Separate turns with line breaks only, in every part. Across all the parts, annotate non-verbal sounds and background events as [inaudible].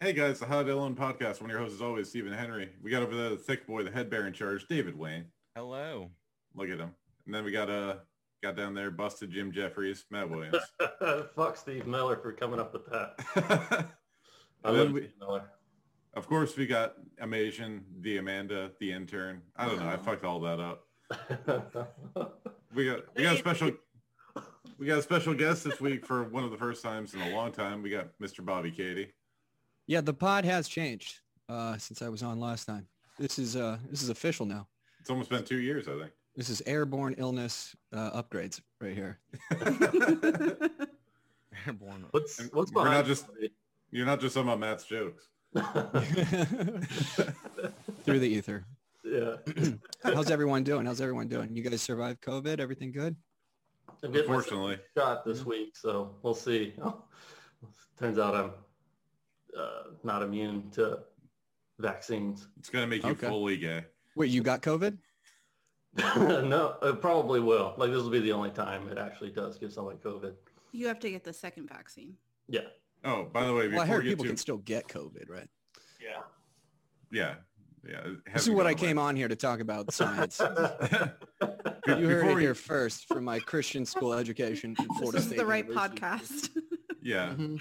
Hey guys, the Hot Ellen podcast. One of your hosts is always Stephen Henry. We got over there the thick boy, the head bear in charge, David Wayne.
Hello.
Look at him. And then we got uh got down there, busted Jim Jeffries, Matt Williams. [laughs]
[laughs] Fuck Steve Miller for coming up with that.
of
I
And
love
then we-
Steve Miller.
course, we got Amazing, the Amanda, the intern. I don't know. I fucked all that up. [laughs] We got we got a special we got a special guest this week for one of the first times in a long time. We got Mr. Bobby Katie.
Yeah, the pod has changed uh, since I was on last time. This is uh, this is official now.
It's almost been two years, I think.
This is airborne illness uh, upgrades right here.
Airborne.
what's what's
We're not
behind
just- You're not just talking about Matt's jokes.
[laughs]
somebody?
[laughs] Through the ether.
[laughs] yeah.
How's everyone doing? How's everyone doing? You guys survived COVID? Everything good?
I'm getting my
Unfortunately.
second shot this week, so we'll see. [laughs] Turns out I'm uh, not immune to vaccines. [laughs]
It's gonna make you
Okay.
fully gay.
Wait, you got COVID?
no, it probably will. Like this will be the only time it actually does give somebody COVID.
You have to get the second vaccine.
Yeah.
Oh, by the way, before
Well, I heard
we get
people
to
can still get COVID, right?
[laughs]
Yeah.
yeah, yeah.
This is what I
[laughs]
came on here to talk about science.
Be-
You heard
before
it
we-
here first from my Christian school education from Florida
this is
State
the right
University.
podcast. [laughs]
Yeah.
Mhm.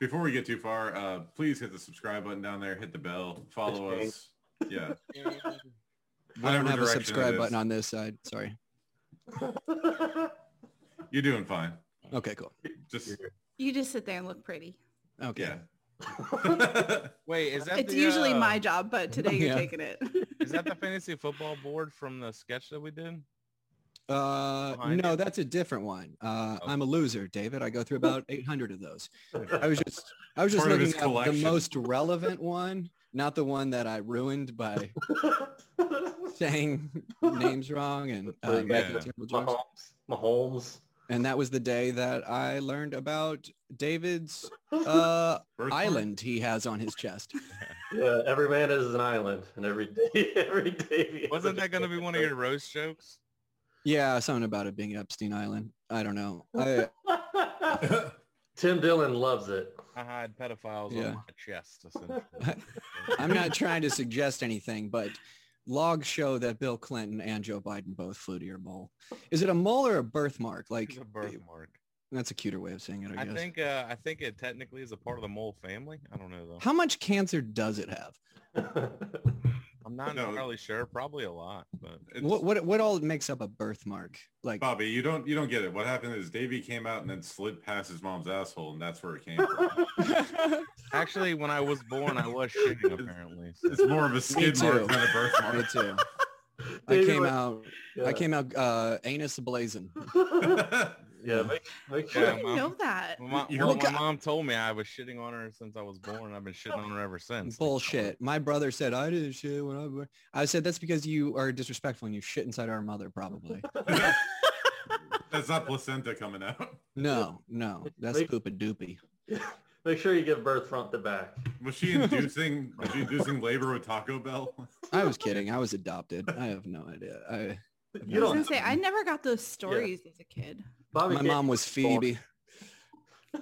Before we get too far, uh, please hit the subscribe button down there. Hit the bell. Follow
Okay.
us. Yeah.
[laughs] I don't
Whatever
have a
direction it
subscribe
is.
button on this side. Sorry.
You're doing fine.
Okay, cool.
Just
you just sit there and look pretty.
Okay.
yeah.
Wait, is that
it's
the,
usually
uh,
my [laughs] job, but today you're
Yeah.
taking it.
Is that
[laughs]
the fantasy football board from the sketch that
[laughs]
we did?
Uh,
behind
no,
you?
that's a different one. Uh,
Oh.
I'm a loser, David. I go through about 800 of those. I was just, I was just
Part of his
looking at the
collection.
most relevant one, not the one that I
[laughs]
ruined by saying names wrong and uh,
Yeah.
making terrible
Uh-huh.
jokes.
[laughs] Mahomes. Mahomes.
And that was the day that I learned about
[laughs]
David's uh,
[laughs] First part?
island he has on his chest.
Yeah, every man is an island, and every day, [laughs] every day.
Wasn't that going to be one of your roast jokes? your
Yeah, something about it being Epstein Island. I don't know. I,
[laughs] Tim Dillon loves
[laughs]
it.
I hide pedophiles
Yeah.
on my chest, essentially.
[laughs] I'm not trying to suggest anything, but logs show that Bill Clinton and Joe Biden both flew to your mole. Is it a mole or a birthmark? Like
It's a birthmark.
that's a cuter way of saying it, I
I
guess.
think uh, I think it technically is a part of the mole family. I don't know though.
How much cancer does it have?
I'm not
No.
entirely sure. Probably a lot, but
It's-
What
[laughs]
what what all makes up a birthmark?
[laughs]
Like
Bobby, you don't you don't get it. What happened is Davey came out and then slid past his mom's asshole, and that's where it came
[laughs]
from.
actually, when I was born, I was shitting apparently. so-
It's more of a skid mark
too.
than a
me
birthmark.
[laughs]
too. I
David
came
was-
out
Yeah.
I came out uh anus blazing.
[laughs] Yeah, make, make sure.
Yeah,
I
my-
know that.
Well, my,
You're
well,
okay.
my mom told me I was shitting on her since I was born. I've been shitting on her ever since.
Bullshit. My brother said I didn't shit when I was I said that's because you are disrespectful and you shit inside our mother
[laughs]
probably.
[laughs] That's not placenta coming out.
No, no. That's
Like-
poopa doopy.
Make sure you give birth front to back.
Was she inducing was she inducing labor with Taco Bell?
I was kidding. I was adopted. I have no idea. I,
You
I was gonna
don't.
say I never got those stories as a kid.
Bobby [laughs]
my mom was Phoebe.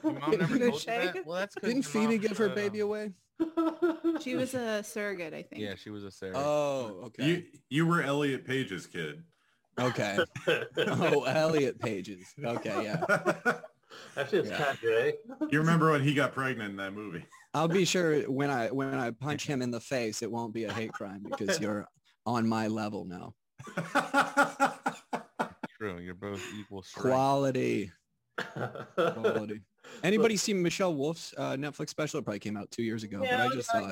Your mom never
Go
told you
shake.
that? Well, that's 'cause
Didn't
your mom,
Phoebe give her
uh,
baby away?
She was a surrogate, I think. [laughs]
Yeah, she was a Uh, Sarah.
Oh, okay.
You you were Elliot Page's kid.
okay. Oh, Elliot Pages. Okay, yeah.
Actually, it's
Yeah.
Cadre.
[laughs] You remember when he got pregnant in that
[laughs]
movie?
I'll be sure when I when I punch him in the face, it won't be a hate crime because you're on my level now.
True. You're both equal strength.
Quality,
[laughs]
quality. Anybody see Michelle Wolf's uh, Netflix special? It probably came out two years ago, but I just saw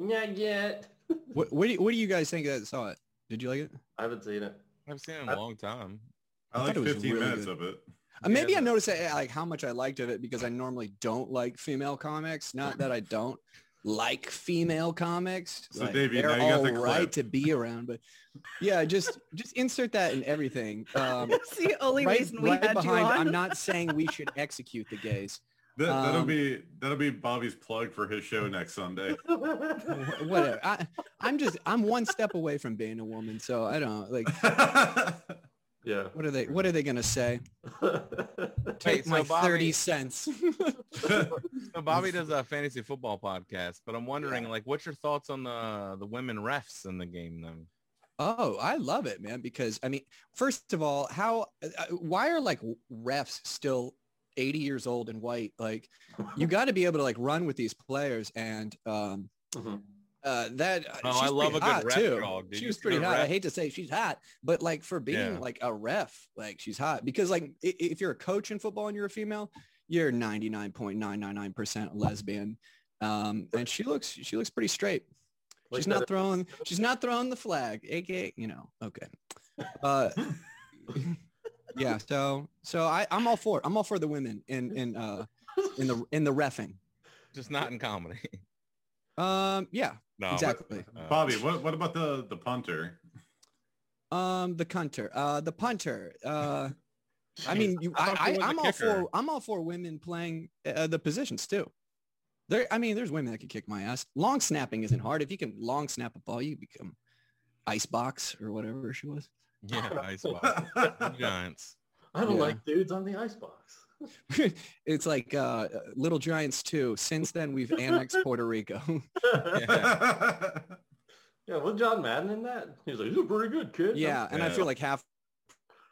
[laughs] Not yet.
What what do, you, what do you guys think that saw it? Did you like it?
I haven't seen it. [laughs]
I've seen it in a long time.
I
I
like
thought it was
15
really
minutes
good.
of it.
Uh, Maybe
Yeah.
I noticed that, like how much I liked of it because I normally don't like female comics. Not that I don't like female comics.
[laughs] So,
like,
Davey,
they're
now you got
all
the clip.
right to be around, but yeah, just just insert that in
[laughs]
everything. Um,
That's the only
right
reason we
right
had
behind.
you on.
I'm not saying we should execute the gays.
That, that'll
Um,
be that'll be Bobby's plug for his show next
[laughs]
Sunday. [laughs]
Wh- Whatever. I, I'm just I'm one step away from being a woman, so I don't like.
Yeah.
What are they? What are they gonna say? Take
so
my
Bobby-
thirty cents. [laughs]
So Bobby does a fantasy football podcast, but I'm wondering, like, what's your thoughts on the the women refs in the game? Then
Oh, I love it, man. Because I mean, first of all, how, uh, uh, why are like refs still 80 years old and white? Like
[laughs]
Oh.
you got to be able to like run with these players. And um,
Mhm.
uh, that, uh,
Oh, I
she's
love
pretty
a good
hot,
ref
too.
dog, dude.
She
You
was
see
pretty
the
hot. I
ref-
hate to say she's hot, but like for being
Yeah.
like a ref, like she's hot because like i- if you're a coach in football and you're a female, you're 99.999% lesbian. Um, and she looks, she looks pretty straight
Like
she's
that-
not throwing she's not throwing the flag aka you know okay uh yeah so so i i'm all for it. i'm all for the women in in uh in the in the refing
just not in comedy. [laughs]
um yeah
no, but,
exactly
uh,
Bobby, what what about the the punter?
um the punter uh the punter uh i mean you
I thought
i,
you were
I
the
i'm all
kicker.
for i'm all for women playing uh, the positions too there i mean there's women that could kick my ass long snapping isn't hard if you can long snap a ball you become icebox or whatever she was
[laughs] Yeah, ice box.
yeah.
[laughs] Giants.
I don't
Yeah.
like dudes on the icebox. [laughs]
[laughs] it's like uh, Little Giants too. Since then, we've annexed Puerto Rico. [laughs]
yeah,
Yeah.
was John Madden in that? He was like, "This is pretty good, kid."
yeah, and I
Yeah.
feel like half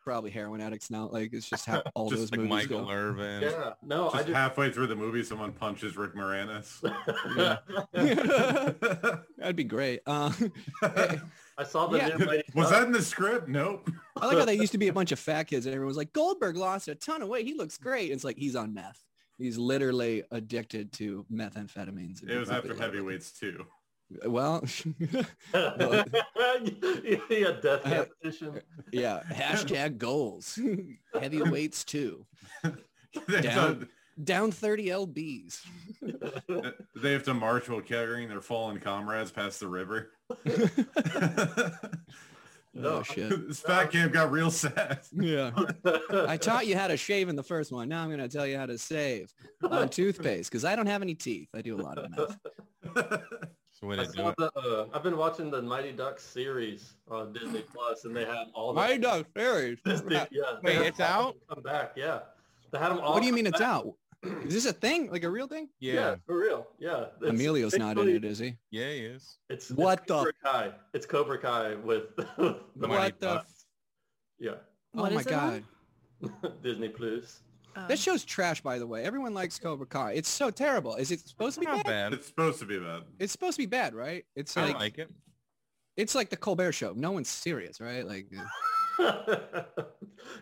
probably heroin addicts now. Like it's just how all
Just
those
Like
movies
Michael
[laughs] go.
Irvin.
Yeah. No,
Just halfway through the movie, someone punches Rick Moranis.
[laughs] I just.
[laughs] That'd be great. Uh, [laughs]
I saw the
Yeah.
new Mighty
[laughs] Was
Ducks.
that in the script? Nope.
I like how they used to be a bunch of fat kids, and everyone was like, "Goldberg lost a ton of weight. He looks great." it's like he's on meth. He's literally addicted to methamphetamines.
It was after
Like,
Heavyweights too.
[laughs] Well, [laughs]
[laughs] yeah, death camp edition.
yeah. Hashtag goals. [laughs] Heavyweights too.
[laughs] They have,
Down 30 lbs.
to, they have to march while carrying their fallen comrades past the river. [laughs]
oh
No.
shit. [laughs]
this fat camp got real sad.
Yeah.
[laughs]
I taught you how to shave in the first one. Now I'm going to tell you how to save on [laughs] toothpaste because I don't have any teeth. I do a lot of [laughs] meth.
That's the way
I
they do
saw
it.
the, uh, I've been watching the Mighty Ducks series on Disney Plus, and they had all the
My dog fairies.
[laughs]
[laughs]
Disney. Yeah,
Wait,
they had
it's
all
out?
Come back, yeah. They had them all.
What do you
[laughs]
mean it's
come
out? Is this a thing? Like a real thing?
back.
Yeah,
for real. Yeah. It's
Emilio's not in
basically-
it, is he?
yeah, he is.
It's it's
What the-
Cobra Kai. It's Cobra Kai with [laughs] the Mighty
What the?
uh,
Ducks.
F-
yeah, [laughs]
oh
What
my
is it on?
God.
Disney Plus.
Oh.
This show's trash, by the way. Everyone likes Cobra Kai. It's so terrible. Is it supposed to be
Not
bad?
bad.
It's supposed to be bad.
It's supposed to be bad, right? It's
I
like,
like it.
it's like the Colbert Show. No one's serious, right? Like uh,
[laughs]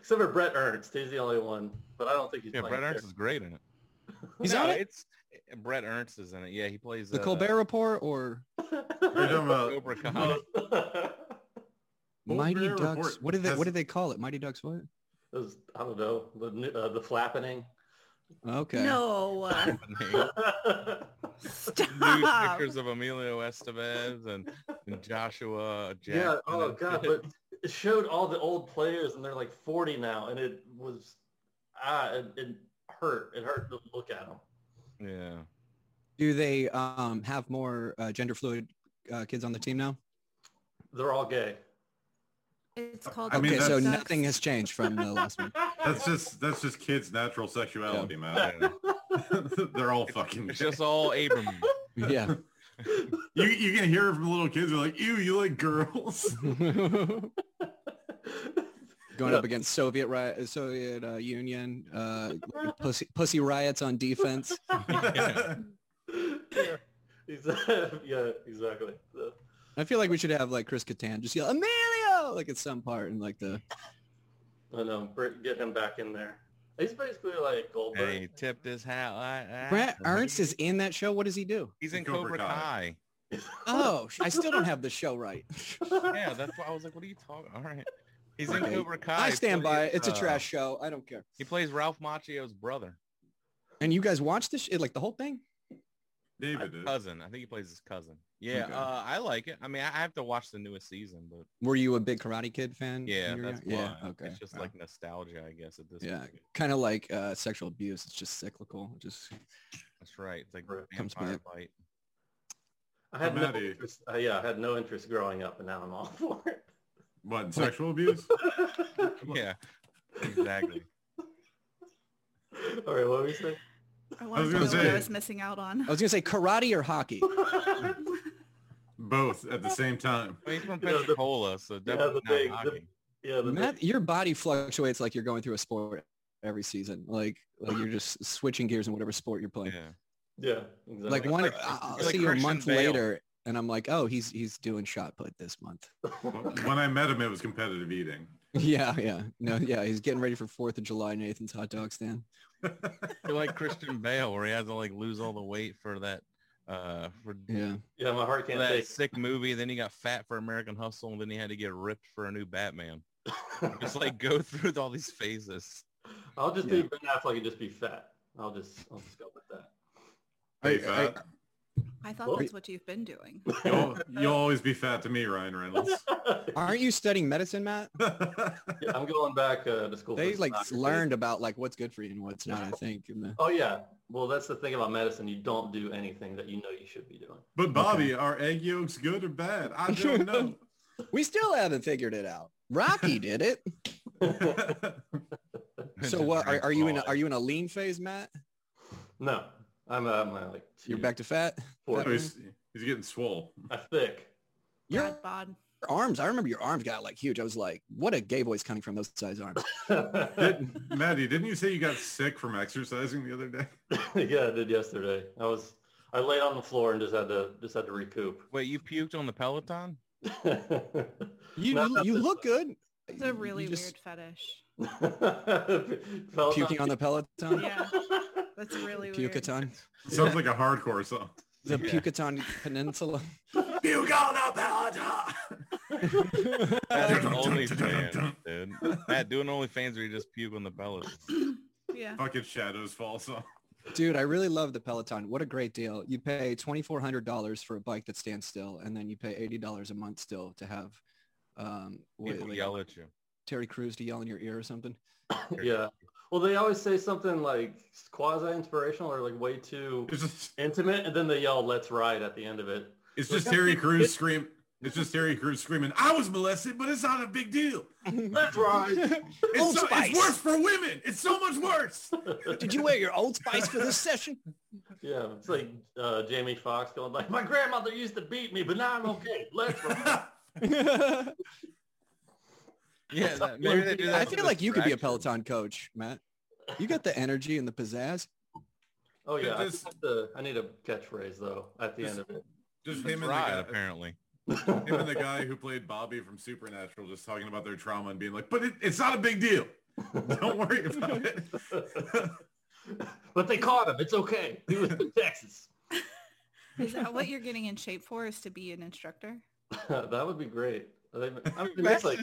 Except for Brett Ernst, he's the only one. But I don't think he's
Yeah,
playing
Brett Ernst
there.
is great in it.
he's
No,
on it.
It's Brett Ernst is in it. Yeah, he plays
The
uh,
Colbert Report or
We're
[laughs]
[laughs]
talking about [laughs]
Cobra Kai.
Colbert
Mighty
Report
Ducks. What do they?
has-
What do they call it? Mighty Ducks. What?
Those- I don't know the new- uh, the flappening.
Okay.
No. uh,
[laughs]
Nude
Stop.
pictures of Emilio Estevez and, and Joshua Jackson.
yeah. Oh
and
god,
shit.
but it showed all the old players, and they're like 40 now, and it was ah, it, it hurt. It hurt to look at them.
[laughs] yeah.
Do they um, have more uh, gender fluid uh, kids on the team now?
They're all gay.
It's called.
I mean,
okay, so
that's-
nothing has changed from the last
[laughs]
one.
That's just that's just kids' natural sexuality, man. [laughs]
yeah.
They're all fucking. [laughs]
It's just all Abram.
Yeah.
You you can hear from little kids. They're like, "Ew, you like girls."
Going
Yeah.
up against Soviet riot, Soviet uh, Union, uh, pussy, pussy riots on defense.
Yeah.
yeah, exactly. [laughs] Yeah, exactly. The-
I feel like we should have like Chris Kattan just yell Emilio like at some part in like the
I know. Br- um, Get him back in there. He's basically like Goldberg.
Hey, tipped his hat. like that.
Brett Ernst is in that show. What does he do?
He's in
Cobra
Cobra Kai.
Kai.
Oh, sh- I still don't have the show right.
Yeah, that's why I was like, what are you talking? All right. He's in
Okay.
Cobra Kai.
I
He
stand by it.
plays,
It's a
uh,
trash show. I don't care.
He plays Ralph Macchio's brother,
And you guys watch this shit, like the whole thing?
David did.
cousin. I think he plays his cousin. Yeah,
Okay.
uh, I like it. I mean, I I have to watch the newest season, but
Were you a big Karate Kid fan? when
yeah,
you were
that's
young? yeah.
why.
Okay.
It's just
Wow.
like nostalgia, I guess, at this
Yeah.
point.
kind of like uh, sexual abuse. It's just cyclical. It Just
That's right. It's like
Right.
Comes
vampire [laughs] bite.
I had no
Maddie.
[laughs]
interest. Uh, yeah, I had no interest growing up, and now I'm all [laughs] for it.
What sexual abuse?
Yeah, exactly.
All right, what were you
[laughs]
saying?
I wanted to
gonna
know what
say-
I was missing out on.
I was gonna say karate or
[laughs]
hockey.
Both at the same time.
I mean, he's [laughs] from
You know, the-
Pensacola, so definitely
the big-
not
the-
hockey.
yeah, the
Matt, your body fluctuates like you're going through a sport every season. Like, like you're just switching gears in whatever sport you're playing.
yeah.
yeah, exactly.
Like one,
like-
I'll
you're like
see you a
Christian
month
Bale.
later, and I'm like, oh, he's he's doing shot put this month. [laughs]
When I met him, it was competitive eating.
Yeah, yeah, no, yeah. He's getting ready for Fourth of July. Nathan's hot dog stand.
You're like Christian Bale, where he has to like lose all the weight for that uh for
Yeah,
[laughs] yeah, my heart can't
that
take.
sick movie. Then he got fat for American Hustle, and then he had to get ripped for a new Batman.
[laughs]
Just [laughs] like go through all these phases.
I'll just be
Yeah.
Ben Affleck and just be fat. I'll just I'll just go with that.
Hey,
Hey, I-
fat.
I thought
Well-
that's what you've been doing.
you'll, you'll always be fat to me, Ryan Reynolds. [laughs]
aren't you studying medicine, Matt?
[laughs] Yeah, I'm going back uh, to school. for
They like
sonography.
learned about like what's good for you and what's not. I think. in the-
Oh yeah. Well, that's the thing about medicine. You don't do anything that you know you should be doing.
but Bobby, are egg yolks good or bad? [laughs] I don't know.
We still haven't figured it out.
[laughs]
Rocky did it. So what? Are, are you in? A, are you in a lean phase, Matt?
[laughs] No, I'm uh, I'm uh, like
You're
two,
back to fat.
four.
Oh, he's, he's getting swole.
I'm [laughs] thick.
Your
Bad bod.
arms. I remember your arms got like huge. I was like, what a gay voice coming from those size arms.
yeah,
Did, Maddie, didn't you say you got sick from exercising the other day?
[laughs] I did yesterday. I was I laid on the floor and just had to just had to recoup. [laughs]
Wait, you puked on the Peloton?
You
Not
you,
that
you
this
look good.
It's a really
You just
weird fetish.
Felt-
Puking on the Peloton.
Yeah, that's really weird.
Pucaton.
Sounds like a hardcore song.
The
Yeah.
Pucaton Peninsula.
You got a bad [laughs]
That's
dun, dun,
OnlyFans,
dun,
dude. Matt, do an OnlyFans where you just puke on the Peloton.
Yeah.
Fucking shadows fall song.
Dude, I really love the Peloton. What a great deal. You pay $2,400 for a bike that stands still, and then you pay $80 a month still to have um, what,
People
like,
yell at you.
Terry Crews to yell in your ear or something.
[laughs] yeah. Well, they always say something like quasi-inspirational or like way too
It's just,
intimate, and then they yell "Let's ride" at the end of it.
[laughs] it's just Terry Crews scream. It's just Terry Crews screaming, I was molested, but it's not a big deal.
Let's ride.
[laughs]
It's,
Old
so,
Spice.
it's worse for women. It's so much worse. [laughs]
Did you wear your Old Spice for this session?
yeah, it's like uh, Jamie Foxx going like, "My grandmother used to beat me, but now I'm okay. Let's
[laughs]
ride."
Yeah, [laughs] that, maybe they do that.
I
for
feel like you could be a
distraction.
Peloton coach, Matt. You got the energy and the pizzazz.
Oh yeah, I,
This-
just have to- I need a catchphrase though at the end of it.
Just
Let's
him and,
ride,
the guy,
apparently.
[laughs]
him and the guy who played Bobby from Supernatural just talking about their trauma and being like, but it, it's not a big deal. Don't worry about it.
[laughs] but they caught him. It's okay. He was
[laughs]
in Texas. [laughs]
Is that what you're getting in shape for? Is to be an instructor?
that would be great. I think- I mean, that's like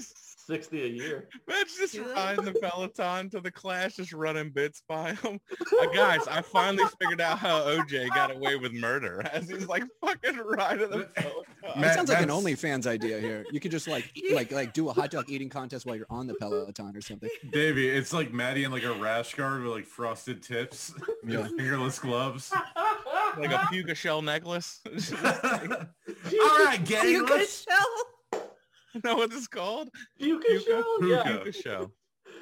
sixty
[laughs]
a year.
Matt's just
Yeah.
riding the Peloton to the clash, just running bits by him. Uh, guys, I finally figured out how OJ got away with murder [laughs] as he's like fucking riding the
[laughs]
Peloton.
That
Matt,
sounds like an
that's-
OnlyFans idea here. You could just like eat- like like do a hot dog eating contest while you're on the Peloton or something.
Davey, it's like Maddie in like a rash guard with like frosted tips, and
Yeah.
fingerless
[laughs]
gloves.
like a puka shell necklace. [laughs]
All right, gang.
you could
let's-
show.
you know what it's called?
You can
Puka,
show.
Puka.
Yeah.
Puka shell.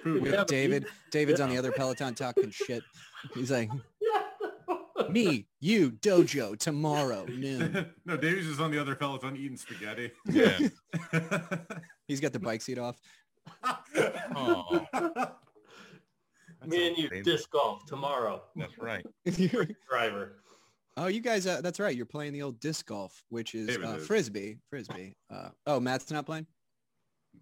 Who-
With
Yeah, but you- [laughs]
David. David's on the other Peloton talking shit. He's like,
yeah.
me, you, dojo, tomorrow, noon.
[laughs] no, Davey's just on the other peloton eating spaghetti.
Yeah.
He's got the bike seat off. [laughs]
Oh,
Me and you disc golf tomorrow.
that's right.
Driver.
oh, you guys, uh, that's right. You're playing the old disc golf, which is
David
uh,
is.
frisbee. Frisbee. Uh, oh, Matt's not playing?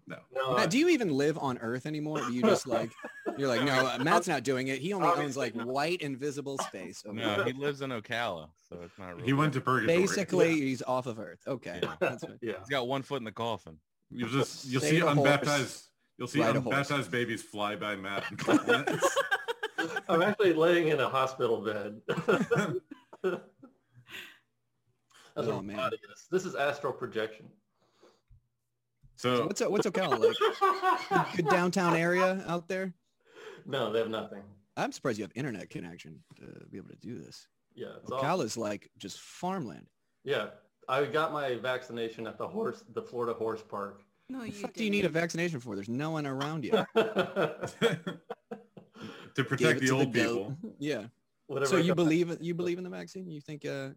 No,
Matt, do you even live on Earth anymore? Or do you just like, you're like, no,
[laughs]
uh, Matt's not doing it. He only owns like white invisible space. Over
No,
there.
he lives in Ocala, so it's not
[laughs]
real.
he went to purgatory.
Basically, he's off of Earth. Okay.
Yeah.
[laughs]
That's fine.
yeah.
He's got one foot in the coffin.
you'll just you'll
Save
see
a horse,
unbaptized. You'll see
ride a horse.
unbaptized babies fly by
[laughs]
Matt.
I'm actually laying in a hospital bed. [laughs] That's
Oh,
what
man.
man. Is. This is astral projection.
so
What's, what's Ocala like? good downtown area out there.
no, they have nothing.
I'm surprised you have internet connection to be able to do this.
Yeah, it's all,
Ocala's like just farmland.
yeah. I got my vaccination at the horse, the Florida Horse Park, [laughs]
No,
The
you
fuck do you need a vaccination for? There's no one around you.
to
Give
[laughs] protect
it
the
to
old
goat.
people.
[laughs] Yeah.
Whatever.
so
I
you
got-
believe you believe in the vaccine? You think uh,
Do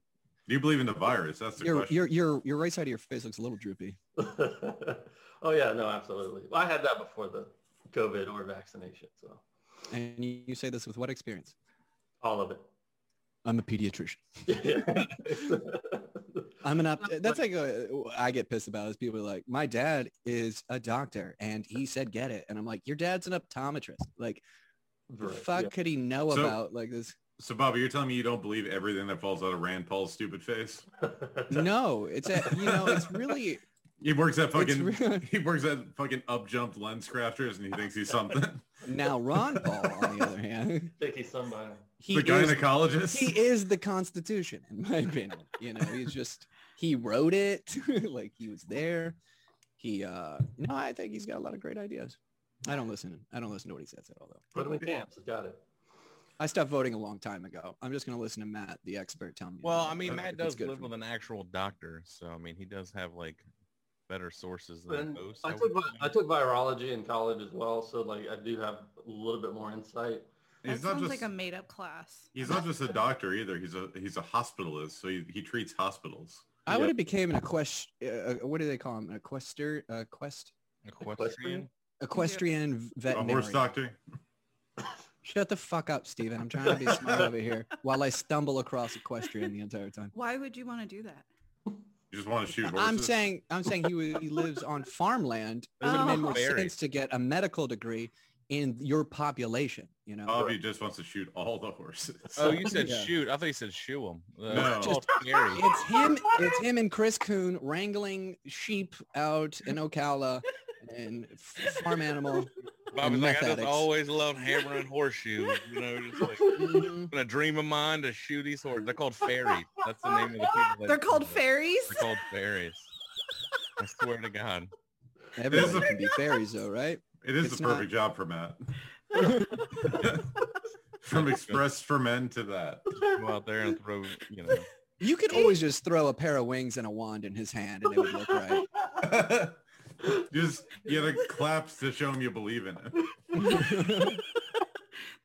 you believe in the virus? That's the
your
question.
your your your right side of your face looks a little droopy.
[laughs] oh yeah, no, absolutely. Well, I had that before the COVID or vaccination, so
And you, you say this with what experience?
all
[laughs]
of it.
I'm a pediatrician.
Yeah.
I'm an opt. That's like uh, I get pissed about is people are like, my dad is a doctor and he said get it, and I'm like, your dad's an optometrist. Like, the
Right,
fuck
yeah.
could he know
So-
about like this?
[laughs] So, Bobby, you're telling me you don't believe everything that falls out of Rand Paul's stupid face?
[laughs]
No, it's a, you know, it's really
He works at
It's
fucking.
really-
[laughs] He works at fucking upjumped lens crafters, and he thinks he's something.
now Ron Paul on the other hand,
Think he's somebody.
[laughs] he
the
is
gynecologist.
he is the Constitution, in my opinion. You know, he's just he wrote it, [laughs] like he was there. He uh no, I think he's got a lot of great ideas. I don't listen. I don't listen to what he says at all though.
Put him in camps. Got it.
I stopped voting a long time ago. I'm just gonna listen to Matt, the expert, tell me.
Well,
about
I
it,
mean,
if
Matt
it's
does
good
live
for
with
me.
an actual doctor, so I mean, he does have like better sources than
And
most.
I
would
took vi-
think.
I took virology in college as well, so like I do have a little bit more insight.
That
he's not
sounds
just.
like a made-up class.
he's not just a doctor either. He's a he's a hospitalist, so he, he treats hospitals.
I would have became an equest. Uh, what do they call him? An equester, uh, quest,
Equestrian?
equestrian
A
veterinarian.
horse doctor.
Shut the fuck up, Steven. I'm trying to be smart over here while I stumble across equestrian the entire time.
Why would you want to do that?
You just want to shoot horses.
I'm saying I'm saying he, wa- he lives on farmland. It would have made more
Oh. Very.
Oh. sense to get a medical degree in your population, you know.
Bobby just wants to shoot all the
[laughs]
horses.
Oh, you said
Yeah.
shoot. I thought you said shoe him.
No.
[laughs] Just scary.
It's
[laughs]
him it's him and Chris Coon wrangling sheep out in Ocala and f- farm animal.
Bobby's like,
meth
I just
addicts.
always loved hammering horseshoes. You know, just
[laughs]
like
Mhm.
in a dream of mine to shoot these horses. They're called fairies. That's the name of the people. that-
[laughs] They're called fairies.
They're called fairies. I swear to God.
Everyone can be fairies though, right?
It is
It's
the
not-
perfect job for
[laughs]
Matt. [laughs] From express for men to that.
Go
[laughs]
out there and throw, you know.
You could always just throw a pair of wings and a wand in his hand and it would look right.
[laughs]
just [laughs] you gotta clap to show him you believe in it.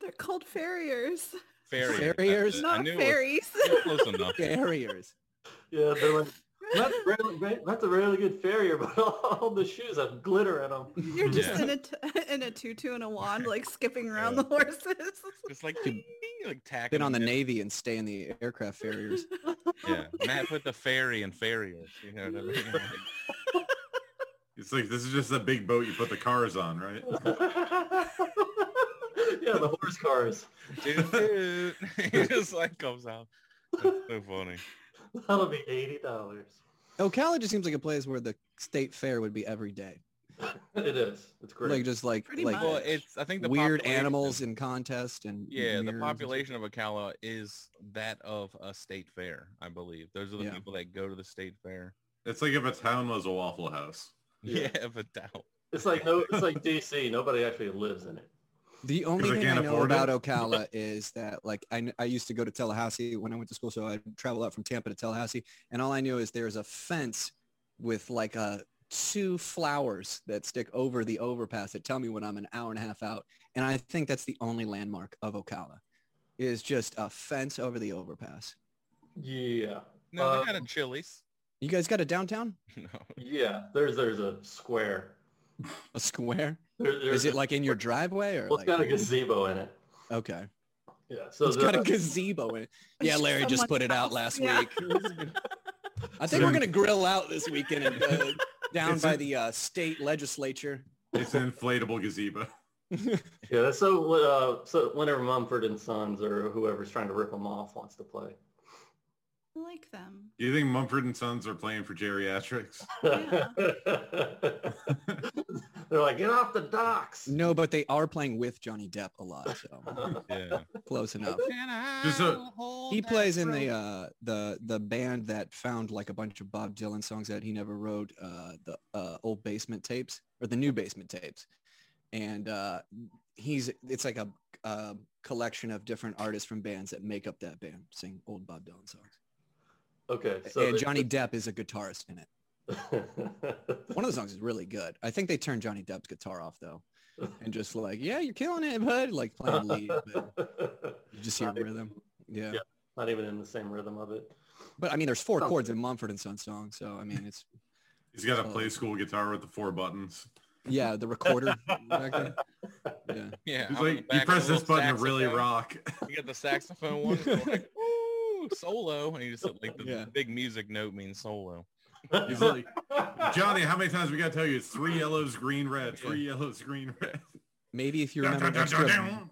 They're called farriers,
Fairies. that's
Farriers?
it. I
not
knew it was-
fairies.
it was Close
[laughs]
enough.
Farriers.
[laughs] Yeah, they're like that's really great. That's a really good farrier, but [laughs] all, all the shoes have glitter in them.
[laughs] You're just
Yeah.
in a t- [laughs] in a tutu and a wand, like skipping around the horses.
It's like,
Could-
like tacking.
Get on the
them.
Navy and stay in the aircraft farriers.
Yeah. Matt put the fairy in farriers. You know what I mean? Like, [laughs]
It's like this is just a big boat you put the cars on, right?
[laughs] yeah, the horse cars.
Doot, doot. [laughs] it just like comes out. That's so funny.
That'll be eighty dollars.
Ocala just seems like a place where the state fair would be every day.
It is. It's great.
Like just like
Pretty
like
much.
Well, it's I think the
weird
population-
animals in contest and
Yeah, the
mirrors and
population of Ocala is that of a state fair, I believe. Those are the
Yeah.
people that go to the state fair.
It's like if a town was a waffle house.
[laughs] Yeah,
Yeah.
if a doubt.
It's like no, it's like DC. Nobody actually lives in it.
stuff. The only
they
thing I
can't
know
afford
about
it. [laughs]
Ocala is that like I, kn- I used to go to Tallahassee when I went to school, so I'd travel out from Tampa to Tallahassee, and all I knew is there's a fence with like a two flowers that stick over the overpass that tell me when I'm an hour and a half out, and I think that's the only landmark of Ocala is just a fence over the overpass.
Yeah,
No,
Uh,
they got a Chili's. [laughs]
You guys got a downtown?
No.
yeah. There's there's a square.
A square?
There, there's
Is it like in your driveway or
Well,
like,
it's got a gazebo in it.
okay?
Yeah. So
it's
the,
got a gazebo in it.
[laughs]
Yeah,
It's
Larry just
someone's
put it out
house.
last
Yeah.
week. I think we're gonna grill out this weekend and, uh, down
It's
by
in-
the uh, state legislature.
It's an inflatable gazebo.
[laughs] yeah. That's so uh, so whenever Mumford and Sons or whoever's trying to rip them off wants to play.
I like them.
Do you think Mumford and Sons are playing for geriatrics?
[laughs]
[laughs]
Yeah.
They're like, get off the docks.
No, but they are playing with Johnny Depp a lot, so
Yeah.
close enough.
Just a-
He plays in the uh, the the band that found like a bunch of Bob Dylan songs that he never wrote, uh, the uh, old basement tapes or the new basement tapes, and uh, he's it's like a, a collection of different artists from bands that make up that band sing old Bob Dylan
[laughs]
songs.
Okay. So
and
they- [laughs]
Johnny Depp is a guitarist in it. One of the songs is really good. I think they turned Johnny Depp's guitar off though, and just like, yeah, you're killing it, bud. Like playing lead,
[laughs]
[laughs]
but you just hear
Not even-
rhythm. Yeah.
Yeah. Not even in the same rhythm of it.
but I mean, there's four
Sounds
chords in Mumford and Son song, so I mean, it's
He's got a play school guitar with the four buttons.
yeah, the recorder. back there. Yeah,
Yeah.
He's
I'm in
like,
the
you
back
press
with a
this
little
button to really
saxophone.
rock.
You get the saxophone one, it's like, ooh, solo, and you just like the
Yeah.
big music note means solo.
He's
[laughs]
like, Johnny, how many times we gotta tell you? It's three yellows, green, red. Three yellows, green, red.
maybe if you
[laughs]
remember extra,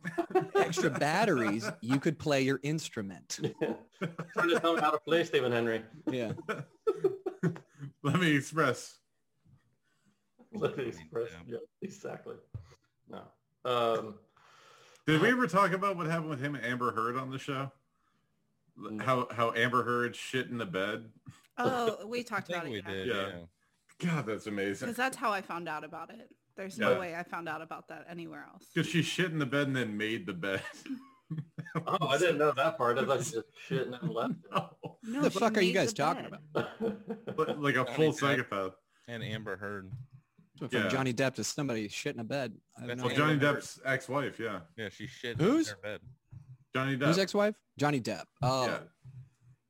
extra batteries, you could play your
[laughs]
instrument.
Trying to tell me how to play Stephen
[laughs]
Henry.
Yeah,
Let me express.
Let me express-
Yeah.
Yeah, exactly. No. Um,
Did
Uh,
we ever talk about what happened with him and Amber Heard on the show?
Mm.
No.
How how Amber Heard shit in the bed?
Oh, we
I
talked
think
about
we
it.
did.
Yeah.
Yeah.
God, that's amazing.
Because that's how I found out about it. There's
Yeah.
no way I found out about that anywhere else.
Because she shit in the bed and then made the bed. [laughs]
oh, I
[laughs]
didn't know that part. I thought you just shit and then left.
No,
the
she
fuck are you
made
guys
the
talking
bed.
[laughs]
about?
But like a
Johnny
full
Depp.
psychopath.
And
Mm-hmm.
Amber Heard.
from
Yeah.
Johnny Depp to somebody shit in a bed. I have
That's
no
Well,
Amber
idea.
Johnny
Heard.
Depp's ex-wife, yeah.
Yeah, she shit
Who's?
in her bed.
Johnny Depp.
Whose ex-wife? Johnny Depp. Oh,
yeah.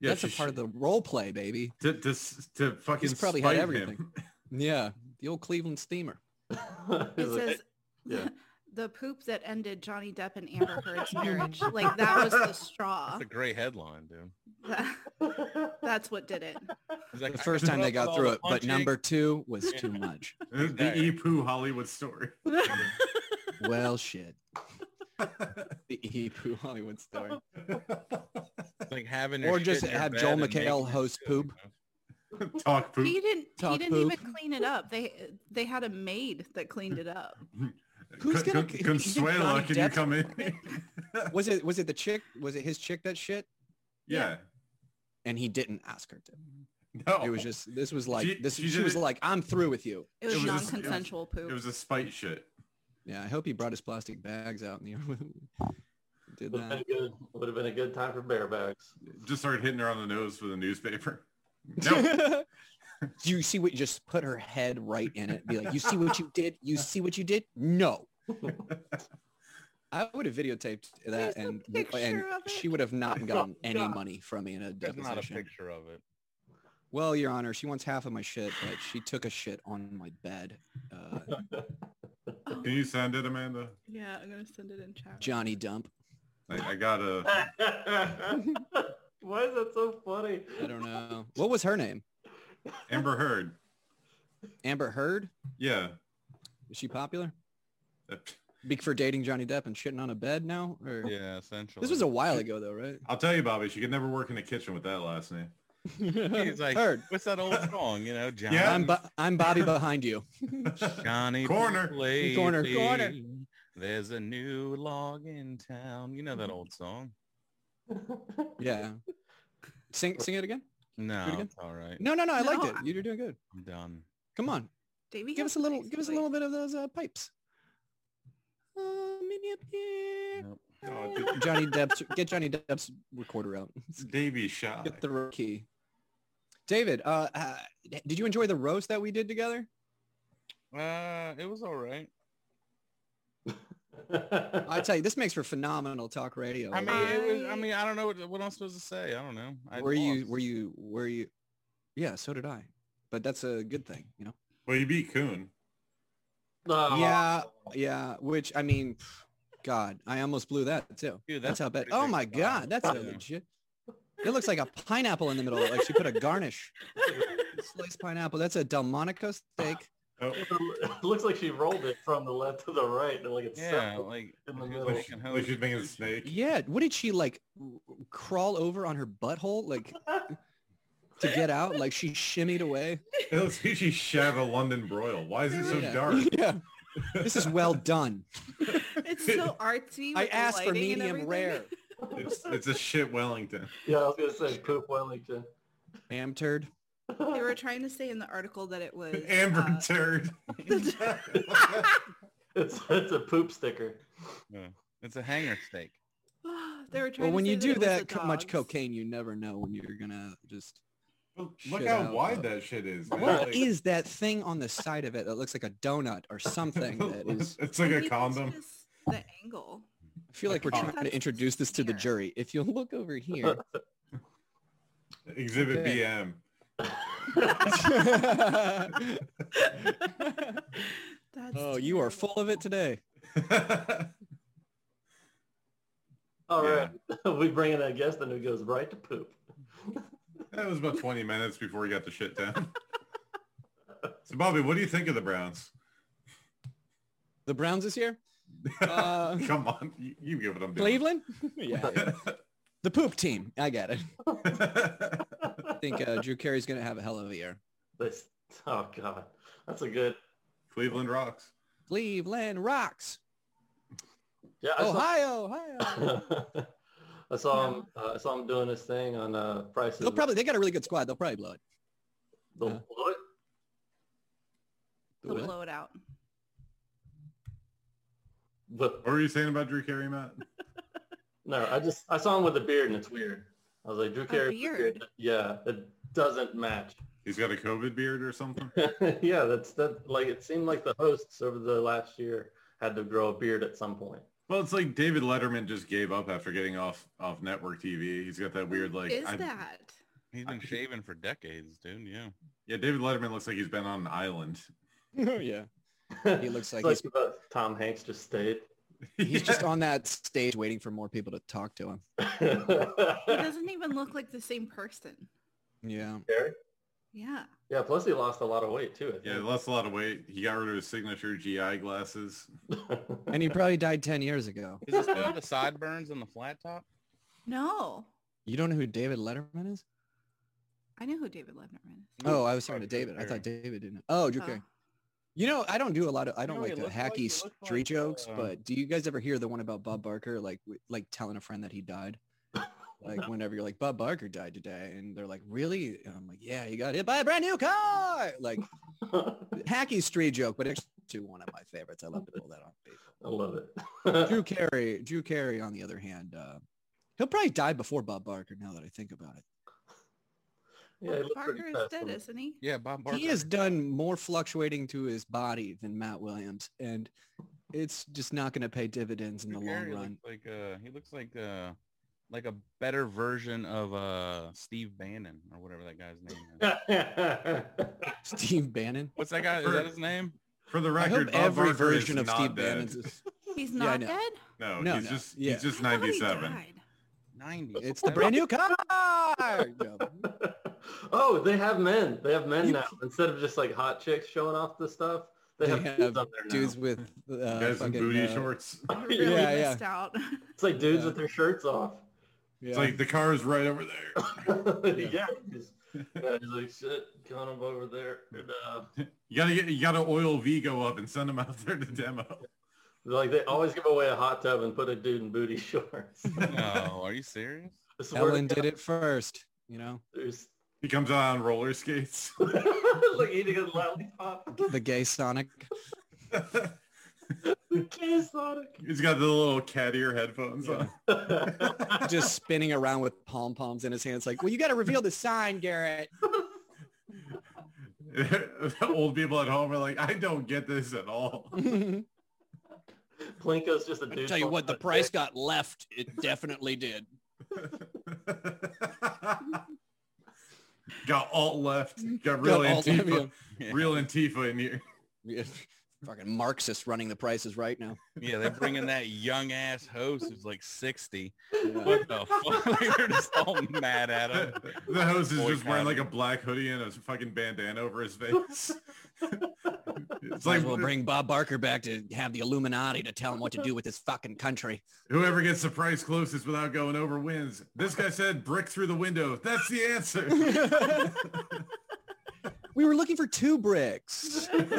Yeah,
that's a
she
part of the role play, baby.
to to s- to fucking
He's probably had
spite [laughs]
everything.
him.
Yeah, the old Cleveland steamer.
It
[laughs]
says
Yeah.
[laughs] the poop that ended Johnny Depp
[laughs]
and Amber Heard's marriage. Like that was the straw.
That's a great headline, dude.
[laughs] That- that's
[laughs]
what did it.
He's like,
The
I
first
put
time
up
they
with
got
all
through
the
it, but
punching.
number two was too much.
the E. Pooh Hollywood story. [laughs]
Well, shit. The E. Pooh Hollywood story.
It's like having your
Or
shit
just
in your
have
bed
Joel
and making
McHale
it
host
good,
poop.
you know?
Talk poop.
He didn't.
Talk
he didn't
poop.
even clean it up. They they had a maid that cleaned it up.
Who's
Con-
gonna-
Con-
you think
Consuela,
Johnny
can you
Depp's-
come in? [laughs]
Was it was it the chick? Was it his chick that shit?
yeah.
And he didn't ask her to.
No.
It was just this was like
Oh. She-
this.
she
She,
did
was
it-
like, I'm through with you.
It was,
was a-
non-consensual poop.
It was a spite shit.
Yeah, I hope he brought his plastic bags out in the [laughs] Did
Would have been
that.
a good. Would have been a good time for bear bags.
Just started hitting her on the nose with a newspaper. [laughs] No.
[laughs]
[laughs] Do you see what? Just put her head right in it. Be like, you see what you did? You see what you did? No. I would have videotaped that,
There's a
and and
picture of it.
she would have not
[laughs]
gotten any
God.
money from me in a
There's not a
deposition.
picture of it.
Well, Your Honor, she wants half of my shit, but she took a shit on my bed. Uh,
[laughs]
Oh, [laughs]
Can you send it, Amanda?
yeah, I'm gonna send it in chat.
Johnny Dump.
I, I got a
[laughs] Why is that so funny?
I don't know. What was her name?
Amber Heard.
Amber Heard?
Yeah.
Is she popular?
Uh,
Be for dating Johnny Depp and shitting on a bed now? Or
Yeah, essentially.
this was a [laughs] while ago though, right?
I'll tell you, Bobby, she could never work in the kitchen with that last name. [laughs]
[laughs]
He's like,
Heard.
what's that old song? You know, Johnny.
Yeah.
I'm, Bo- I'm Bobby behind you.
Oh,
Johnny
Corner.
Play,
Corner,
Play.
corner.
There's a new log in town. You know
Mm-hmm.
that old song?
Yeah. Sing sing it again?
No,
again?
it's all right.
No, no, no. I liked
No,
it. You're doing good.
I'm done.
Come on.
Davey
Give
has
us a little
nice
give us a
voice.
little bit of those uh, pipes.
Oh,
Um, in up here.
Nope.
Oh, dude.
Johnny Depp's get Johnny Depp's recorder out.
Davey shot.
Get the rookie. David, uh, uh, did you enjoy the roast that we did together?
Uh, it was all right.
I tell you, this makes for phenomenal talk radio.
I mean, it was. I
I-
mean, I don't know what, what I'm supposed to say. I don't know. I
were you,
lost.
were you, were you? Yeah, so did I. But that's a good thing, you know.
Well, you beat Coon.
Oh,
Yeah, yeah. Which I mean, pff, God, I almost blew that too.
Dude,
That's,
that's
how bad.
pretty
Oh
big
my
smile.
God, that's a
Yeah.
legit. It looks like a pineapple in the middle. Like she put a garnish, sliced pineapple. That's a Delmonico steak.
Oh,
It [laughs] looks like she rolled it from the left to the right. Like it's
Yeah, like
in the
who's
middle.
like,
making
oh, she-
home
like she's making a
food?
snake. [laughs]
Yeah, what did she like w- crawl over on her butthole like to get out? Like she shimmied away.
It looks like Oh, she shat a London broil. Why is it so
yeah.
dark?
[laughs] Yeah. This is well
[laughs]
done. [laughs]
It's so artsy.
I
with the
asked for
lighting and
medium
everything. [laughs]
rare.
It's, it's a shit
[laughs]
Wellington.
yeah, I was gonna say poop uh, Wellington.
Am turd.
They were trying to say in the article that it was
[laughs] Amber
[laughs]
uh,
turd.
[laughs] It's it's a poop sticker.
It's a hanger steak.
they were trying.
Well,
to
when
say
you do
it was
that
the
co- much
dogs.
cocaine, you never know when you're gonna just
Look
Shit
how
out,
wide
though.
that shit is. man.
What
Like,
is that thing on the side of it that looks like a donut or something? [laughs] That is,
[laughs] it's like
Maybe
a
that's
condom.
just The angle. [laughs]
I feel like we're
Like,
oh.
trying to introduce this to the
Here.
jury. If you look over here, [laughs]
Exhibit
Okay.
BM.
That's
oh, you are
terrible.
full of it today.
All
Yeah.
right, [laughs] we bring in a guest and it goes right to poop.
that was about 20 minutes before we got the shit down. so Bobby, what do you think of the Browns?
The Browns this year, uh,
[laughs] Come on, you, you give it up.
Cleveland, yeah, yeah. the poop team. I get it. I think uh, Drew Carey's gonna have a hell of a year.
This, oh God, that's a good.
[laughs] Cleveland rocks.
Cleveland rocks.
Yeah,
Oh,
I saw,
Ohio, Ohio.
[laughs] I saw him. Uh, I saw him doing this thing on uh, Price. is
They'll probably they got a really good squad. They'll probably blow [laughs] it.
the
uh,
Bullet.
They'll blow it out.
But
What were you saying about Drew Carey, Matt?
no, I just I saw him with a beard and it's weird. I was like Drew Carey. with a
beard.
Yeah, it doesn't match. [laughs]
He's got a COVID beard or something.
yeah, that's that. Like it seemed like the hosts over the last year had to grow a beard at some point.
Well, it's like David Letterman just gave up after getting off off network TV. He's got that weird like.
is
I-
that?
He's
I
been
[laughs]
could-
shaving for decades, dude. Yeah.
Yeah, David Letterman looks like he's been on an island.
Oh, yeah.
[laughs]
He looks like
It's
he's-
uh, Tom Hanks just stayed.
[laughs]
He's [laughs] just on that stage waiting for more people to talk to him.
He doesn't even look like the same person.
Yeah.
Carey?
Yeah.
[laughs] Yeah, plus he lost a lot of weight too.
Yeah, he lost a lot of weight. He got rid of his signature GI glasses.
I think.
And he probably died 10 years ago.
Is this one of the sideburns and the flat top?
No.
You don't know who David Letterman is?
I know who David Letterman is.
Oh, I was talking to
Drew
David. I thought
Carey.
David didn't. Oh, Drew Carey.
Oh.
You know, I don't do a lot of, I don't
know
like
what
the
he looks like? He
hacky
looks
street
like,
jokes,
uh,
but do you guys ever hear the one about Bob Barker, like, w- like telling a friend that he died? Like
[laughs]
whenever you're like, Bob Barker died today. And they're like, really? And I'm like, yeah, he got hit by a brand new car.
[laughs]
Like hacky street joke, but it's actually one of my favorites. I love to pull that on people.
[laughs]
[laughs] I love it.
Drew Carey, Drew Carey, on the other hand, uh, he'll probably die before Bob Barker. Now that I think about it,
[laughs] yeah, he looked pretty
Parker is
fast
dead,
on-
isn't he?
Yeah, Bob Barker.
he has done more fluctuating to his body than Matt Williams, and it's just not going to pay dividends in the
Drew
long
Carey
run. [laughs]
looks Like uh, he looks like uh, like a better version of uh Steve Bannon or whatever that guy's name
[laughs]
is.
Steve Bannon.
What's that guy? Is that his name?
For the
I
record,
hope
Bob
every
Barker
version
is
of
not
Steve
dead.
Bannon's
[laughs]
is,
He's
Yeah, I
not
know.
dead?
No,
No,
he's
no,
just
yeah.
he's just
I thought he
97.
died.
Ninety.
it's the brand new car.
[laughs]
No.
oh, they have men. They have men
You-
now. Instead of just like hot chicks showing off the stuff, they,
They
have, dudes
have
on there now.
Dudes with
You
uh,
guys in
fucking,
booty
uh,
shorts.
I really
[laughs] Yeah, yeah.
missed out. [laughs]
It's like dudes
Yeah.
with their shirts off. [laughs]
yeah.
It's like the car is right over there.
yeah, he's, yeah, he's like shit, coming up over there. And, uh,
You gotta get you gotta oil Vigo up and send him out there to demo.
like they always give away a hot tub and put a dude in booty [laughs] shorts.
No, are you serious?
I swear to
Ellen
God,
did it first. You know,
there's- [laughs]
He comes out on roller skates. [laughs]
like eating a lollipop.
the gay Sonic.
Chaotic.
He's got the little cat ear headphones
Yeah.
on.
just spinning around with pom poms in his hands, like, well, you got to reveal the sign, Garrett. [laughs]
[laughs] Old people at home are like, I don't get this at all. [laughs]
I
[laughs] Plinko's just a dude.
tell you
pulling
what, the
out a
price got left. It definitely did.
got alt left. Got real
Got all them,
Antifa.
Yeah.
Real Antifa in here.
yeah. [laughs] Fucking Marxists running the prices right now.
Yeah, they bring in that young ass host who's like sixty.
Yeah.
What the fuck? [laughs] Like, they're just all mad at him.
The the host is just wearing
Boycott.
like a black hoodie and a fucking bandana over his face. it's
Might
like
as well bring Bob Barker back to have the Illuminati to tell him what to do with this fucking
[laughs]
country.
whoever gets the price closest without going over wins. This guy said brick through the window. That's the answer. [laughs]
We were looking for two bricks.
dick.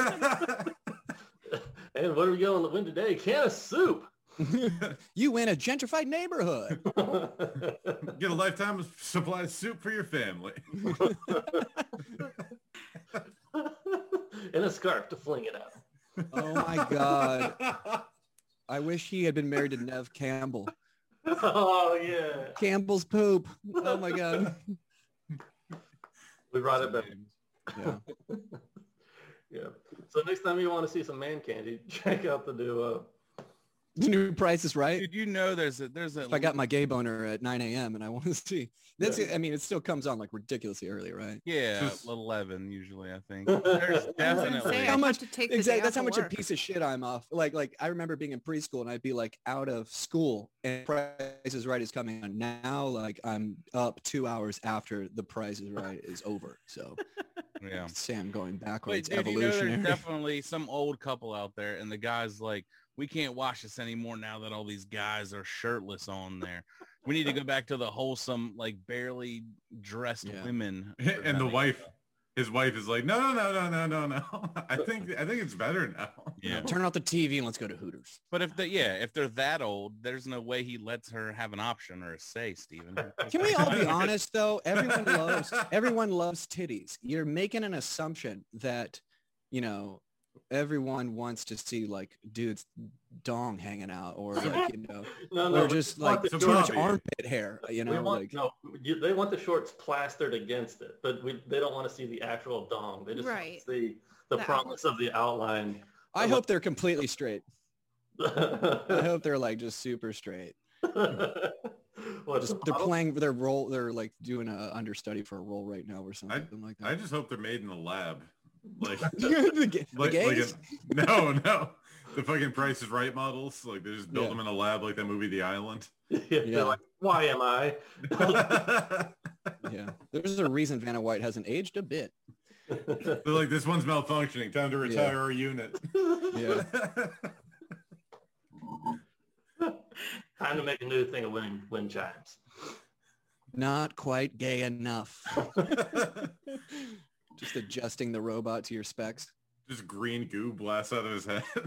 And what are we going to win today? A can of soup. [laughs]
you win a gentrified neighborhood.
Get a lifetime supply of soup for your family.
and a scarf to fling it out. [laughs]
Oh my God. I wish he had been married to Nev Campbell.
Oh yeah.
Campbell's poop. Oh my God.
We brought it back.
Yeah.
Yeah. So next time you want to see some man candy, [laughs] check out the new. Uh,
The new price is right.
Did you know there's a there's a
If I got my gay boner at 9 a.m. and I want to see, that's
Yeah.
it. I mean, it still comes on like ridiculously early, right?
yeah
Just-
eleven usually I think. [laughs] There's
I was gonna
definitely
Say,
How
how
much-
much to take the
Exactly.
day
That's
off
how
of
much
work.
a piece of shit I'm off. Like, like I remember being in preschool and I'd be like out of school and Price is Right is coming on now. Like I'm up two hours after the Price is Right is over. So
yeah.
Sam going
Wait,
backwards,
dude, you know
evolutionary. [laughs]
there's definitely some old couple out there, and the guy's like, "We can't watch this anymore now that all these guys are shirtless on there. We need to go back to the wholesome, like barely dressed
Yeah.
women."
[laughs]
or
and the
something."
wife, his wife is like, no, no, no, no, no, no, no. [laughs] I think I think it's better now.
Yeah,
Turn off the TV and let's go to Hooters.
but if they, yeah, if they're that old, there's no way he lets her have an option or a say, Steven.
[laughs] Can we
[laughs]
all be honest though? Everyone loves everyone loves titties. You're making an assumption that, you know, everyone wants to see like dudes dong hanging out
[laughs]
or like, you know,
no, no.
or
we
just
want
like
the
too
shorts.
much
Bobby.
armpit hair, you
we
know,
want
like
no. You, they want the shorts plastered against it, but we, they don't want to see the actual dong. They just
Right.
want to see the,
The
promise of the outline. [laughs]
I hope they're completely straight. I hope they're like just super straight.
what,
Just
the
they're
model?
playing their role. They're like doing a understudy for a role right now or something like
I
that.
[laughs] just hope they're made in the lab. Like
[laughs] the, ga- the
like, like
gays?
a- no, [laughs] no. The fucking Price is Right models. Like they just build
Yeah.
them in a lab like that movie The
[laughs]
Island.
[laughs]
[laughs]
yeah,
Yeah.
They're like, why am I?
They're
yeah. There's a reason Vanna White hasn't aged a bit.
like, this one's malfunctioning. Time to
Yeah.
retire our unit.
Yeah.
[laughs] Time to make a new thing of wind, wind chimes.
Not quite gay enough. Just adjusting the robot to your specs.
[laughs] just green goo blasts out of his head. [laughs]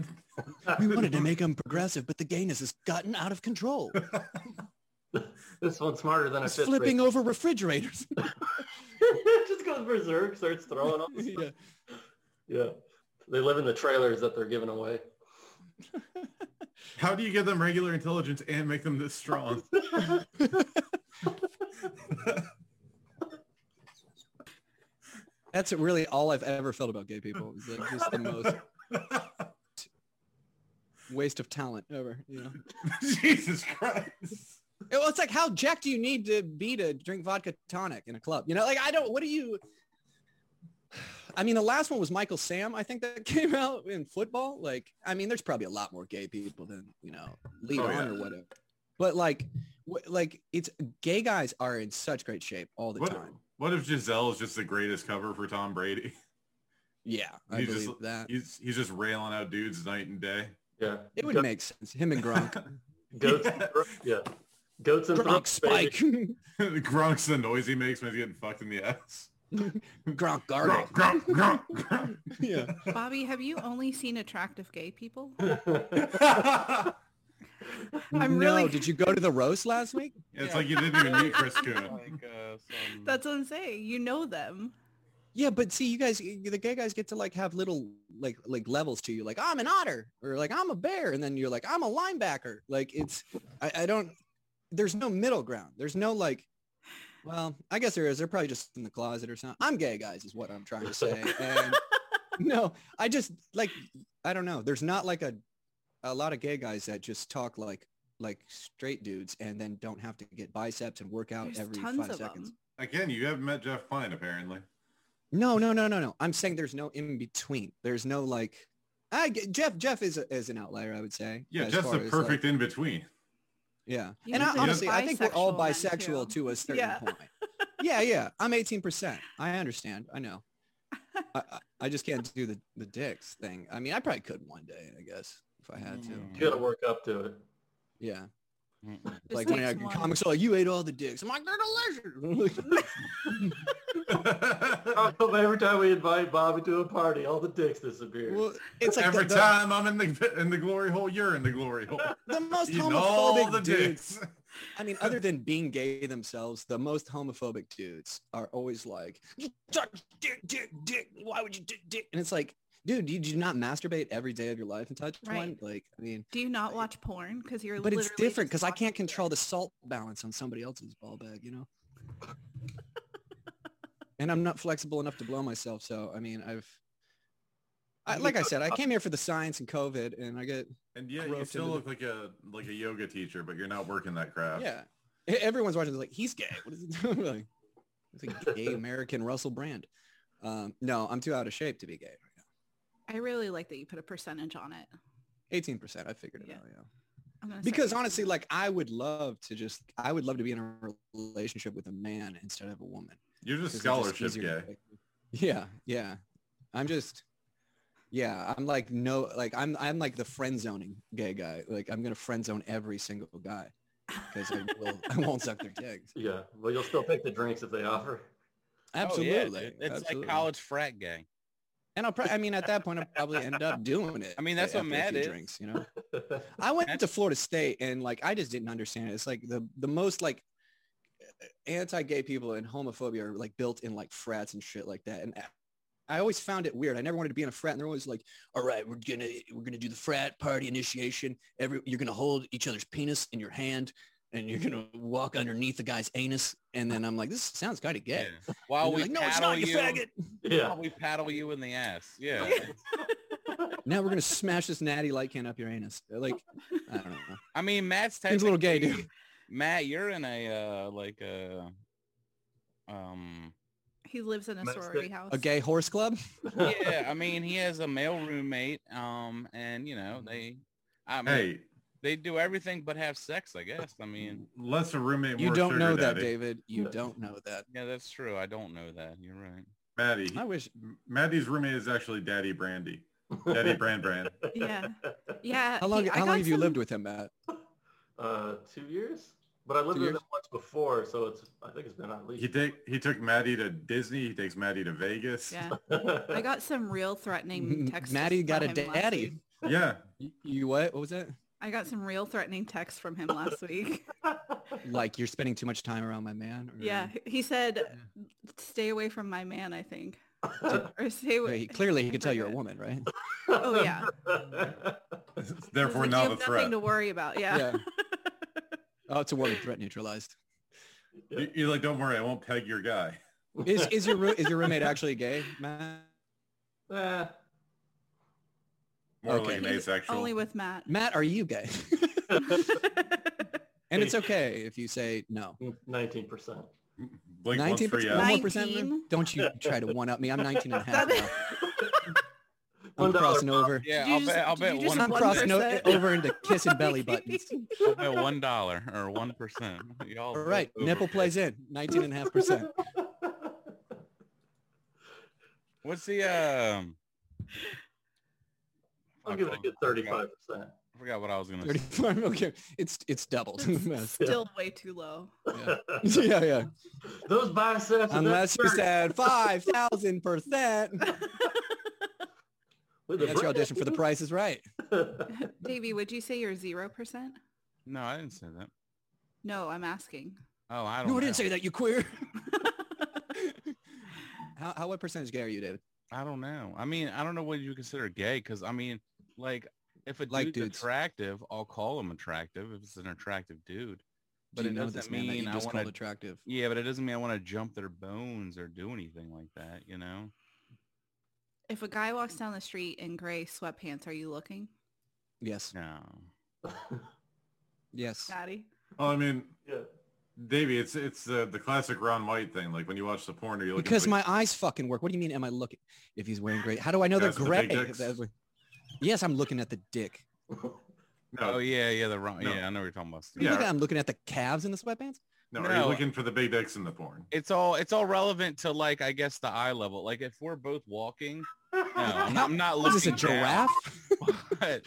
We wanted to make him progressive, but the gayness has gotten out of control.
This one's smarter than a
It's
fifth
flipping over refrigerators. [laughs]
[laughs] grader. Just goes berserk, starts throwing all this stuff.
yeah.
Yeah. They live in the trailers that they're giving away. [laughs]
How do you give them regular intelligence and make them this strong?
That's really all I've ever felt about gay people. It's like just the [laughs]
[laughs]
most waste of talent ever. You know?
Jesus Christ.
It- [laughs] well, it's like how jacked do you need to be to drink vodka tonic in a club? You know, like I don't. What do you? I mean, the last one was Michael Sam. I think that [laughs] came out in football. Like, I mean, there's probably a lot more gay people than you know, lead
Oh,
on
yeah.
or whatever. But like, wh- like it's gay guys are in such great shape all the
What,
time.
what if Giselle is just the greatest cover for Tom Brady?
[laughs] Yeah, I
You
believe
just-
that.
He's he's just railing out dudes night and day. [laughs]
Yeah.
It would
Go-
make sense. Him and Gronk. [laughs]
goats. and thro- Yeah. Goats and
Gronk
throats, baby.
Spike. [laughs]
Gronk's the noise he makes when he's getting fucked in the ass.
Gronk Gargle.
Gronk, Gronk, Gronk,
Yeah.
Bobby, have you only seen attractive gay people?
[laughs]
Gronk.
I'm
no,
[laughs] really-
did you go to the roast last week?
it's like you didn't even meet Chris
[laughs]
Coon.
[laughs] Like, uh, some-
That's what I'm saying. You know them.
Yeah, but see, you guys, y- the gay guys get to like have little like like levels to you, like I'm an otter or like I'm a bear, and then you're like I'm a linebacker. Like it's, I, I don't. There's no middle ground. There's no like. Well, I guess there is. They're probably just in the closet or something. I'm gay, guys, is what I'm trying to say.
[laughs]
And no, I just like I don't know. There's not like a a lot of gay guys that just talk like like straight dudes and then don't have to get biceps and work out
There's
every
tons
five
of
seconds.
them.
Again, you haven't met Jeff Klein apparently.
No, no, no, no, no. I'm saying there's no in between. There's no like, I g- Jeff. Jeff is a, is an outlier, I would say.
Yeah,
as
Jeff's
far
the
as, like-
perfect in
[laughs]
between.
yeah,
You
and I,
can say
honestly, I think we're all
bisexual men, too.
bisexual to a certain
Yeah.
point. Yeah, yeah. I'm 18 percent. I understand. I know. I, I- I just can't do the the dicks thing. I mean, I probably could one day, I guess, if I had to.
Mm.
[laughs] You got to work up to it.
Yeah,
Just
like when I,
takes one.
comics are like, "You ate all the dicks." I'm like, "They're delicious." [laughs]
[laughs]
Oh, Every time we invite Bobby to a party, all the dicks disappear.
well, it's like the-
Every
the,
time I'm in the in the glory hole, you're in the glory hole.
the most
Eating all
homophobic
the
dudes.
dicks.
I mean, other than being gay themselves, the most homophobic dudes are always like, "You suck dick, dick, dick. Why would you dick, dick? And it's like, dude, you do not masturbate every day of your life and touch
Right.
one. Like, I mean,
Do you not watch porn? Because you're.
but it's
literally
different because
just
I can't
watching
control the salt balance on somebody else's ball bag, you know? and I'm not flexible enough to blow myself. So I mean, I've, I, like I said, I came here for the science and COVID, and I get
[laughs] And yet you
Groped
still
into
look like a like a yoga teacher, but you're not working that craft.
yeah. E- Everyone's watching this like he's gay. What is he [laughs] doing? Like, it's
[laughs]
like gay American Russell Brand. Um, no, I'm too out of shape to be gay right now.
I really like that you put a percentage on it.
18%. I figured it
Yeah.
out. Yeah.
I'm gonna say
because
18.
honestly like i would love to just i would love to be in a relationship with a man instead of a woman
You're just
'cause it's just
scholarship
easier
gay.
to- yeah yeah i'm just yeah i'm like no like i'm i'm like the friend zoning gay guy like i'm gonna friend zone every single guy because i will [laughs] i won't suck their dicks
Yeah, well, you'll still pick the drinks if they offer. [laughs]
Oh, yeah,
absolutely
dude. it's
absolutely.
like college frat gang.
and i'll probably i mean at that point i'll probably end up doing it
I mean, that's what
after a
Matt
few
is.
drinks you know I went to Florida State and like I just didn't understand it. It's like the the most like anti-gay people and homophobia are like built in like frats and shit like that. And I always found it weird. I never wanted to be in a frat, and they're always like, "All right, we're gonna we're gonna do the frat party initiation. Every you're gonna hold each other's penis in your hand." And you're gonna walk underneath the guy's anus, and then I'm like, "This sounds kind of gay."
Yeah. While
And
we
they're like, "No, it's
paddle
not, you
you,
faggot."
yeah,
while we paddle you in the ass. Yeah.
Now we're gonna smash this natty light can up your anus. They're like, I don't know.
I mean, Matt's
Seems a little gay,
technically-
dude.
[laughs] Matt, you're in a uh, like a
[laughs]
um.
[laughs] he lives in a
That's
sorority
it.
house.
A gay horse club.
Yeah, I mean, he has a male roommate. Um, and you
Mm-hmm.
know they, I mean,
Hey,
they do everything but have sex. I guess. I
Mm-hmm.
mean,
less a roommate,
You
more
don't
sugar
know that,
daddy.
David. You don't know that.
yeah, that's true. I don't know that. You're right.
Maddie.
I wish.
M- Maddie's roommate is actually Daddy Brandy.
[laughs]
Daddy Brand Brand. [laughs]
Yeah. Yeah.
How long?
Uh, he- I
How long
got
have you
some-
lived with him, Matt?
Uh, two years, but I lived with
Two years?
them once before, so it's I think it's been at
He
least. [laughs]
take he took Maddie to Disney. He takes Maddie to Vegas.
[laughs] Yeah. I got some real threatening
M- [laughs]
texts.
Maddie
from
got a
him last
daddy.
[laughs]
week.
Yeah. [laughs]
You, you what? What was that?
I got some real threatening texts from
[laughs]
him last week. [laughs]
Like you're spending too much time around my man? or-
yeah. He said, stay away from my man,
[laughs]
I think. Or
Wait,
stay away. [laughs]
he- clearly, he could tell you're a woman, right?
Oh, yeah. I was
Therefore
like, you
not a
have
threat.
Nothing to worry about. Yeah. [laughs]
Oh, it's a woman threat neutralized.
You- You're like, don't worry, I won't peg your guy. [laughs]
Is is your roo- is your roommate actually gay, Matt?
[laughs] Eh,
More
Okay.
like an
He's
asexual.
Only with Matt.
Matt, are you
[laughs]
gay? [laughs] and it's okay if you say no.
19%.
Blink once
Nineteen
for
percent,
yes.
one more percent.
Nineteen?
Don't you try to one up me. I'm 19 and a half.
That is- [laughs]
Now. I'm
One dollar,
crossing
Bob.
over.
Yeah,
Did you
I'll
just-
bet. I'll
did
bet
you just
one.
I'm crossing o-
1%.
over into kissing
[laughs]
belly buttons.
I'll bet one dollar or one percent. Y'all
All right,
both
nipple
overpaid.
plays in. 19 and a half
[laughs]
percent.
[laughs] What's the um?
I'll give it a good 35%.
I forgot what I was gonna. say.
34. [laughs] Okay, it's it's doubled. [laughs]
[laughs] It's still way too low.
yeah,
[laughs]
yeah. yeah.
Those biceps. and that
Unless you
shirt
said five thousand percent.
with the
That's your
brand.
audition for The Price Is Right.
Davey, would you say you're zero percent?
No, I didn't say that.
No, I'm asking. [laughs]
Oh, I don't.
No, I
know.
didn't say that. You queer. [laughs] how, how what percentage gay are you, David?
I don't know. I mean, I don't know what you consider gay because I mean, like, if a
Like
dude's
dudes.
attractive, I'll call him attractive if it's an attractive dude. But
Do
it
you know
doesn't
this man that
mean
you
I
just called
wanna-
attractive?
Yeah, but it doesn't mean I want to jump their bones or do anything like that. You know?
If a guy walks down the street in gray sweatpants, are you looking,
Yes.
No.
Yes.
Daddy?
Well, I mean,
[laughs] yeah.
Davey, it's it's uh, the classic Ron White thing. Like when you watch the porn, are you looking
Because
for-
my eyes fucking work. What do you mean? Am I looking? If he's wearing gray, how do I know they're
That's the big
gray?
dicks.
That's what- Yes, I'm looking at the dick.
Oh
[laughs] no,
yeah, yeah. The wrong.
No.
Yeah, I know what you're talking about. Steve.
You
Yeah.
think I'm looking at the calves in the sweatpants?
no, are you
no.
looking for the big dicks in the
[laughs]
porn?
It's all it's all relevant to like I guess the eye level. Like if we're both walking, no, I'm not, I'm not
Is
looking.
this a
down.
giraffe?
[laughs] What?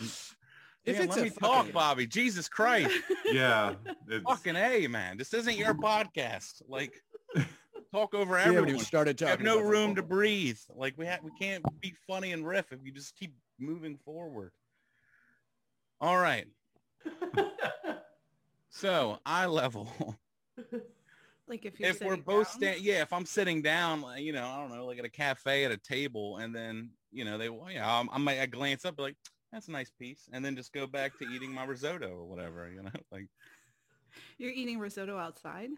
If
Man,
it's
let
a
me talk,
fucking-
Bobby. Jesus Christ.
[laughs]
Yeah, it's,
Fucking A, man. This isn't your podcast. Like, talk over
Yeah, when
everyone.
you started
We have
talking
no
about the
room to
porn.
breathe. Like, we have, we can't be funny and riff if you just keep moving forward. All right. So eye level.
[laughs]
[laughs]
Like if you're
If we're
sitting
both
down?
stand, yeah. If I'm sitting down, like, you know, I don't know, like at a cafe at a table, and then you know they, well, yeah, I'm, I might I glance up, be like that's a nice piece, and then just go back to eating my risotto or whatever. You know, [laughs] like
you're eating risotto outside.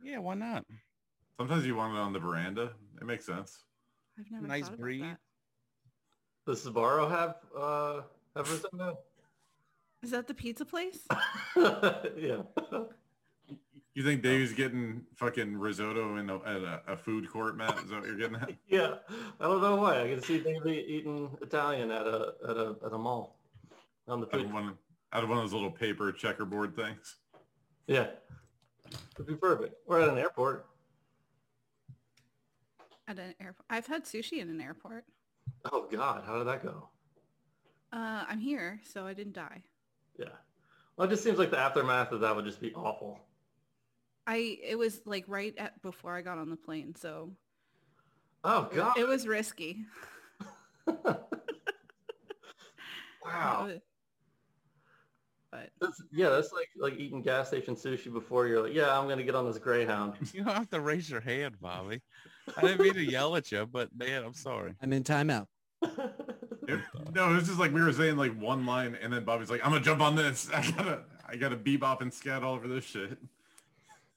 yeah, why not? [laughs]
sometimes you want it on the veranda. It makes sense.
I've never
Nice
thought about
breed.
that.
[laughs] Does Sabaro have uh, have risotto?
Is that the pizza place?
[laughs]
[laughs]
yeah.
You think Davey's getting fucking risotto in a, at a, a food court, Matt? Is that what you're getting at?
Yeah. I don't know why. I can see Davey eating Italian at a at a at a mall on the
Out of
food.
one, out of one of those little paper checkerboard things.
Yeah. It'd be perfect. We're at an airport.
At an airport. I've had sushi in an airport.
Oh God, how did that go?
Uh, I'm here, so I didn't die.
Yeah. Well, it just seems like the aftermath of that would just be awful.
I it was like right at before I got on the plane, so
Oh God.
it was risky.
wow.
It was- But
That's, yeah, that's like like eating gas station sushi before you're like, yeah, I'm gonna get on this
[laughs]
Greyhound. [laughs]
You don't have to raise your hand, Bobby. I didn't mean to yell at you, but man, I'm sorry.
I'm in timeout.
It- no, it was just like we were saying like one line, and then Bobby's like, "I'm gonna jump on this. [laughs] I gotta, I gotta bebop and scat all over this shit."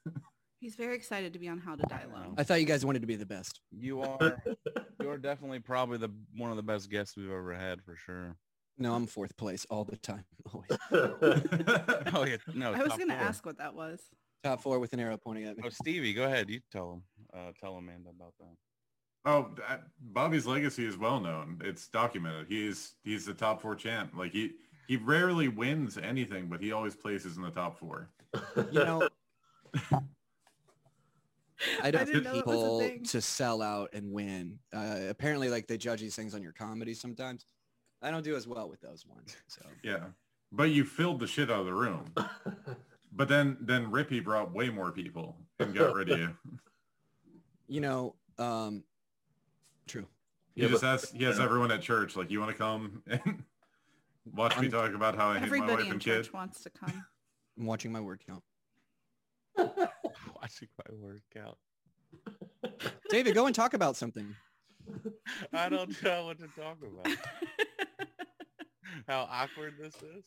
[laughs]
[laughs]
he's very excited to be on How to Die Alone.
I thought you guys wanted to be the best.
You are you're definitely probably the one of the best guests we've ever had for sure. [laughs]
No, I'm fourth place all the time. [laughs] Always.
Oh yeah, no.
I was
top
gonna
four.
ask what that was.
Top four with an arrow pointing at me.
Oh Stevie, go ahead. You tell him. Uh, tell Amanda about that.
Oh, I- Bobby's legacy is well known. It's documented. He's he's the top four champ. Like he he rarely wins anything, but he always places in the top four.
You know,
[laughs]
I don't think
didn't know that was a
people
thing.
to sell out and win. Uh, apparently, like they judge these things on your comedy sometimes. I don't do as well with those ones. So
Yeah, but you filled the shit out of the
[laughs]
room. But then then Rippy brought way more people and got rid of you.
you know, um, true.
He
[laughs]
Yeah,
just
but-
has he has everyone at church like, "You want to come [laughs] and watch me talk about how I hate my
Everybody
wife
in
and
church
kid?"
wants
[laughs]
to come.
I'm watching my word count.
[laughs]
[laughs]
Watching my workout.
David, go and talk about something.
[laughs] I don't know what to talk about. How awkward this is.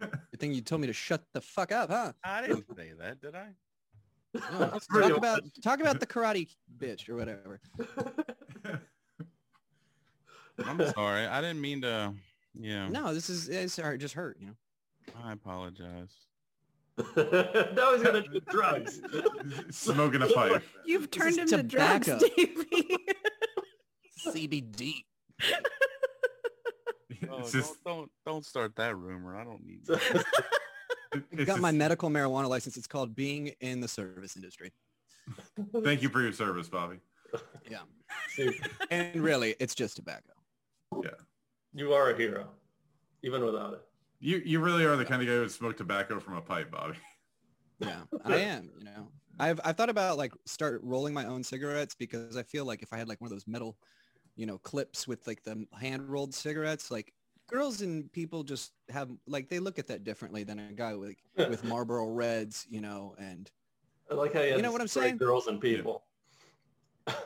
Good thing you told me to shut the fuck up, huh?
I didn't say that, did I?
No, talk about talk about the karate bitch or whatever.
[laughs]
I'm sorry. I didn't mean to. Yeah,
No, this is it's it just hurt, you know.
I apologize.
now he's gonna do drugs. [laughs]
[laughs] Smoking a
[laughs]
pipe.
You've
This
turned him
is
to drugs,
tobacco. [laughs]
Davey.
CBD.
Oh,
Oh,
It's just
don't, don't don't start that rumor. I don't need. That.
That's
it's
I've got my
just-
medical marijuana license. It's called being in the service industry.
Thank you for your service, Bobby.
Yeah. And really, it's just tobacco.
You are a hero, even without it.
You you really are the kind of guy who would smoke tobacco from a pipe, Bobby.
Yeah, I am. You know, I've I've thought about like start rolling my own cigarettes because I feel like if I had like one of those metal, you know, clips with like the hand rolled cigarettes, like girls and people just have like they look at that differently than a guy with with Marlboro Reds, you know, and
I like how you, had
You know
to
what I'm
separate
saying?
Girls and people.
[laughs]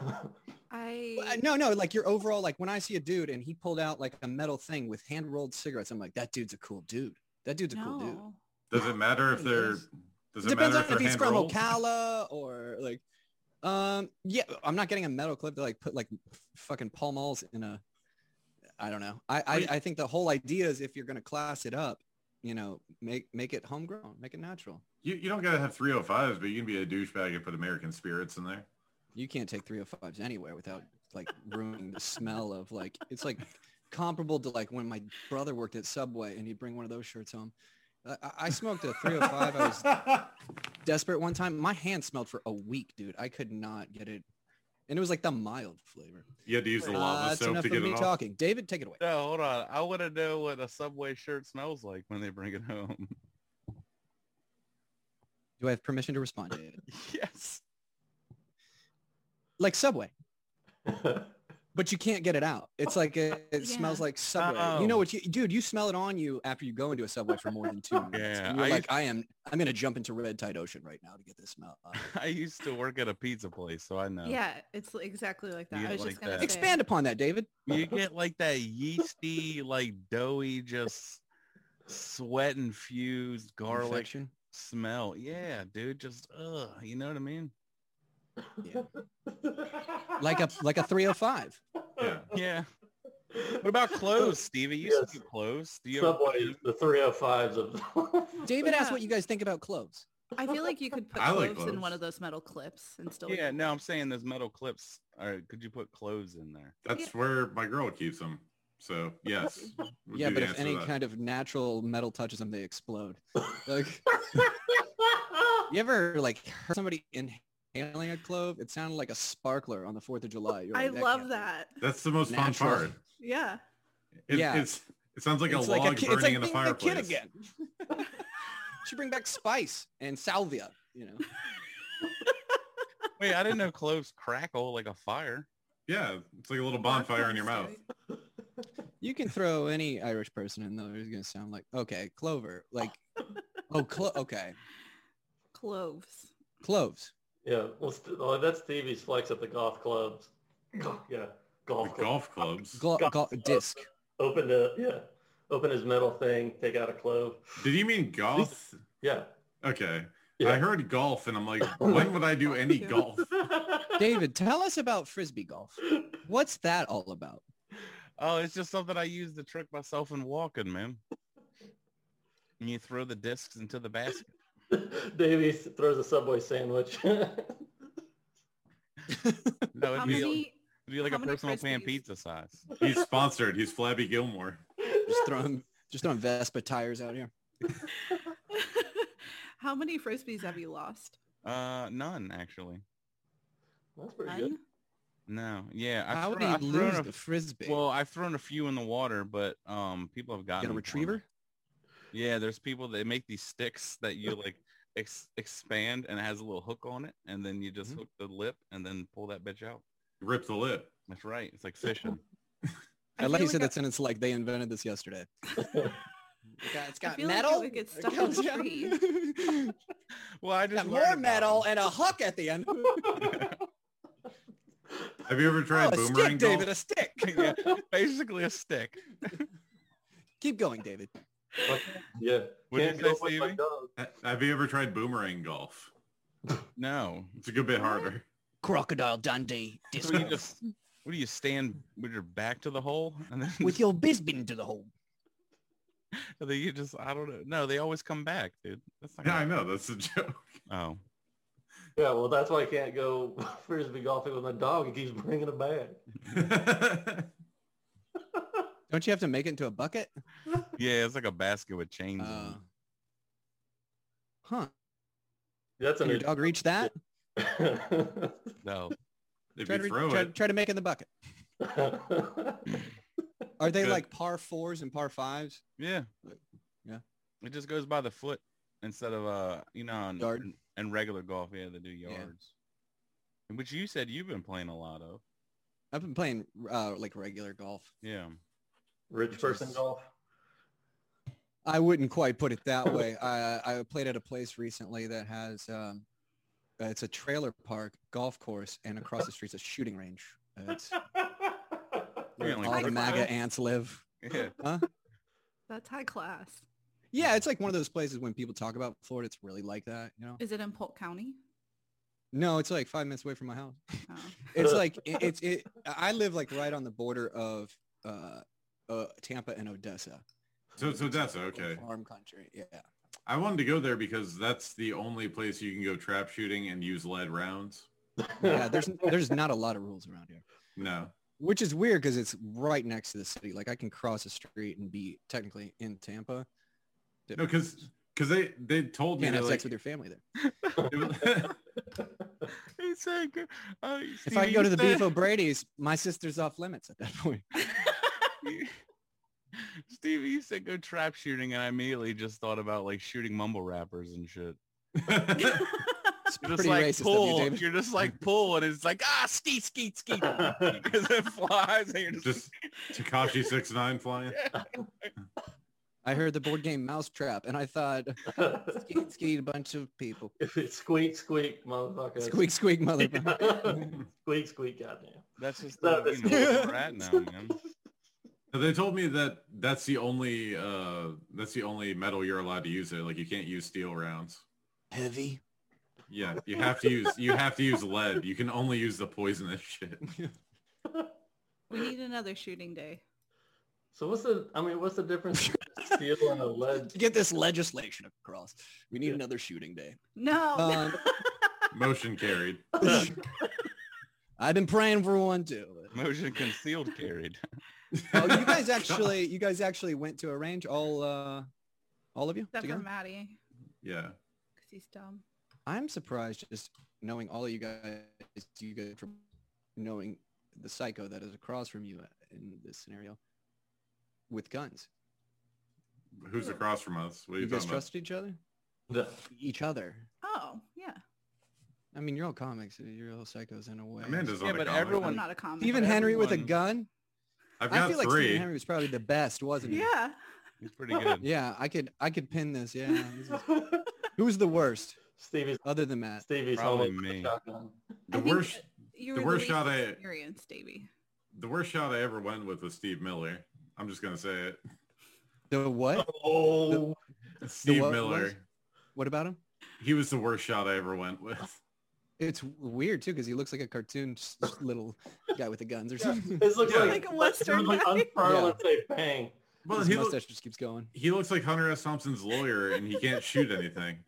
Well, I-
I
no, no, like your overall, like when I see a dude and he pulled out like a metal thing with hand rolled cigarettes, I'm like, that dude's a cool dude. That dude's a cool dude.
no.
Does it matter if
It
they're
is.
does
It
it,
depends
matter
on
if they're
if he's
hand
from
rolled?
Ocala or like, um, yeah, I'm not getting a metal clip to like put like f- fucking Pall Malls in a, I don't know. I, I, I think the whole idea is if you're going to class it up, you know, make, make it homegrown, make it natural.
You, you don't gotta have 305s, but you can be a douchebag and put American spirits in there.
You can't take 305s anywhere without like ruining the smell of like, it's like comparable to like when my brother worked at Subway and he'd bring one of those shirts home. I- I, I smoked a 305. I was desperate one time. My hand smelled for a week, dude. I could not get it. And it was like the mild flavor.
[laughs] You had to use the
Uh,
lava
that's
soap
enough
to
of
get
me
it off.
talking. David, take it away.
[laughs] No, hold on. I want to know what a Subway shirt smells like when they bring it home.
Do I have permission to respond, David?
[laughs] yes.
Like Subway, but you can't get it out. It's like it, it
Yeah.
smells like Subway. You
Oh.
know what, you, dude? You smell it on you after you go into a Subway for more than two minutes.
Yeah,
And you're
I
like, I am. I'm gonna jump into red tide ocean right now to get this smell.
[laughs]
Uh, out."
[laughs] I used to work at a pizza place, so I know.
Yeah, it's li- exactly like that.
Yeah,
I was
like
just gonna
that.
say.
Expand upon that, David.
You get like that yeasty, like doughy, just sweat infused garlic
Infection.
[laughs]
smell. Yeah, dude. Just, ugh. You know what I mean?
like a like a 305.
Yeah.
Yeah. [laughs] What about clothes, Stevie? You
Yes.
speak of clothes. Do you ever-
Subway, the 305s of.
David asked
Yeah.
what you guys think about clothes.
I feel like you could put
I
cloves,
like
in one
cloves.
of those metal clips and still.
Yeah, no, I'm saying those metal clips. All right, could you put clothes in there?
That's where my girl keeps them. So yes. would
yeah,
be
but
the
if
answer to
any
that.
kind of natural metal touches them, they explode. Like, you ever like heard somebody inhaling a clove? It sounded like a sparkler on the Fourth of July. You're
I
like,
love
can't-
that.
That's the most
Natural.
fun part.
Yeah.
It,
Yeah.
It's, it sounds like
It's
a log
ki-
burning in the
being a
fireplace.
kid again. [laughs] Should bring back spice and salvia. You know,
Wait, I didn't know cloves crackle like a fire.
Yeah, it's like a little bonfire in your mouth.
you can throw any Irish person in though. It's gonna sound like okay, clover. Like, oh, clo- okay,
Cloves.
cloves.
yeah, well, st- oh, that's Stevie's flex at the golf
[clears throat]
clubs. Yeah, golf
The
club.
golf clubs.
Glo- glo- disc.
Open the yeah, open his metal thing. Take out a clove.
Did you mean golf?
Yeah.
Okay.
Yeah.
I heard golf and I'm
[laughs]
like, when would I do
[laughs]
any golf?
David, tell us about frisbee golf. What's that all about?
Oh, it's just something I use to trick myself in walking, man. And you throw the discs into the basket.
Davey throws a Subway sandwich. [laughs]
No,
How
it'd be,
many?
it'd be like
how
a
many
personal pan
Crispies?
pizza size.
He's sponsored. He's Flabby Gilmore.
Just throwing, just throwing Vespa tires out here.
[laughs] how many frisbees have you lost?
Uh, none actually.
That's pretty good.
No,
None.
yeah. I've
How would
thrown-
he
I've thrown
lose
a-
the frisbee?
Well, I've thrown a few in the water, but um, people have gotten
Get a
them for me.
retriever?
Yeah, there's people that make these sticks that you like ex- expand and it has a little hook on it, and then you just
Mhm.
hook the lip and then pull that bitch out.
Rip the lip.
That's right. It's
[laughs]
like fishing.
I, like you
feel
said
I-
that sentence like they invented this yesterday. It's got, it's
I
got
feel like it
metal.
would get
It
stuck in
comes
the
down- [laughs]
tree.
It's
well, I just
got
learned
more
about
metal
them.
and a hook at the end.
Have you ever
Oh,
tried
a
boomerang golf?
stick, David, a stick.
[laughs] Yeah,
[laughs]
basically a stick.
Keep going, David.
[laughs] yeah.
What did
Can't
you
go
say,
with my
Stevie?
dog.
Ha- Have you ever tried boomerang golf?
No.
It's a good bit harder. [laughs]
Crocodile Dundee.
So
[laughs]
you just, what do you stand with your back to the hole? [laughs] And then,
with your bisbee to the hole.
and then you just, I don't know. No, they always come back, dude. That's not
Yeah, I know. That's a joke. [laughs]
Oh.
Yeah, well, that's why I can't go [laughs] frisbee golfing with my dog. He keeps bringing it back.
Don't you have to make it into a bucket?
Yeah, it's like a basket with chains on
Uh,
it.
huh.
That's
Can your
an.
dog reach that?
No.
if
Try
you
to, re-
throw
try,
it,
try to make it in the bucket. Are they
Good.
like par fours and par fives?
Yeah.
Yeah.
It just goes by the foot instead of uh, you know, on,
Yard.
in- in regular golf, yeah, they do
Yeah.
yards. Which you said you've been playing a lot of.
I've been playing uh, like regular golf. [laughs]
Yeah.
[laughs] Rich person golf.
I wouldn't quite put it
[laughs]
that way. I, I played at a place recently that has um, uh, it's a trailer park, golf course, and across the street's a shooting range. Uh,
[laughs]
It's where
Really?
all the
Like-
MAGA ants live.
Yeah.
[laughs] That's high class.
Yeah, it's like one of those places when people talk about Florida, it's really like that, you know?
Is it in Polk County?
No, it's like five minutes away from my house. [laughs]
Oh.
It's like it, it's it. I live like right on the border of uh, uh, Tampa and Odessa.
so so that's
Like,
okay.
Farm country, yeah.
I wanted to go there because that's the only place you can go trap shooting and use lead rounds.
Yeah, there's there's not a lot of rules around here.
No.
which is weird because it's right next to the city. Like I can cross the street and be technically in Tampa.
No, because because they they
Oh,
told me
can't
that,
have
like,
sex with your family there.
[laughs] it was-
He said, "Gr- uh,
If I
Stevie,
go
you
to the
said-
Beef O'Brady's, my sister's off limits at that [laughs] point.
[laughs] Stevie, you said go trap shooting, and I immediately just thought about like shooting mumble rappers and shit.
[laughs]
[laughs] It's
You're just
pretty
like
racist
pull.
of you, David.
You're just like pull, and it's like ah, skeet, skeet,
[laughs]
skeet,
[laughs]
because it flies, and you're just,
just Takashi six nine flying.
I heard the board game Mousetrap, and I thought, skeet, skeet, a bunch of
[laughs]
people.
if it's squeak, squeak, motherfucker.
Squeak,
[laughs]
squeak, motherfucker.
squeak, squeak, goddamn.
that's just
No,
the,
that's-
you know, where we're at now, man.
So [laughs] They told me that that's the only uh that's the only metal you're allowed to use it. Like you can't use steel rounds.
Heavy.
Yeah, you have to use you have to use lead. You can only use the poisonous shit.
We need another shooting day.
So what's the? I mean, what's the difference between steel and a lead?
to get this legislation across, we need another shooting day. [laughs]
No.
Um,
Motion carried.
Oh, I've been praying for one too.
Motion concealed carried.
Oh, you
[laughs]
guys actually, you guys actually went to a range, all, uh, all of you
Except for
together.
Maddie,
Yeah.
because he's dumb.
I'm surprised just knowing all of you guys, you guys from knowing the psycho that is across from you in this scenario with guns.
Who's across from us? What are
You,
you,
guys
talking
trusted each other?
The-
Each other.
Oh, yeah.
I mean, you're all comics. You're all psychos in a way.
about? Amanda's
Yeah,
on the
but
comic.
everyone-
I'm not a comic.
Stephen Henry with a
Everyone-
gun.
I've
I
got
feel like
three.
Stephen Henry was probably the best, wasn't he?
Yeah.
He's pretty good.
[laughs] Yeah, I could I could pin this. Yeah. [laughs] this is- Who's the worst
Stevie's
other than Matt?
Stevie's
Probably
home with a
me.
shotgun.
the
I think
worst
You
The
were
worst
the
shot I-
least experienced, Davey.
the worst shot I ever went with was Steve Miller. I'm just gonna say it.
The what?
Oh,
Steve
what
Miller.
was? What about him?
He was the worst shot I ever went with.
It's weird too because he looks like a cartoon s- s- little guy with the guns or something.
this looks
Yeah.
like,
Like a
let's [laughs]
Western
really
guy.
unfurl
Yeah.
and say bang.
[laughs] Well,
His
he, loo-
mustache just keeps going.
he looks like Hunter S. Thompson's lawyer, and he can't shoot anything.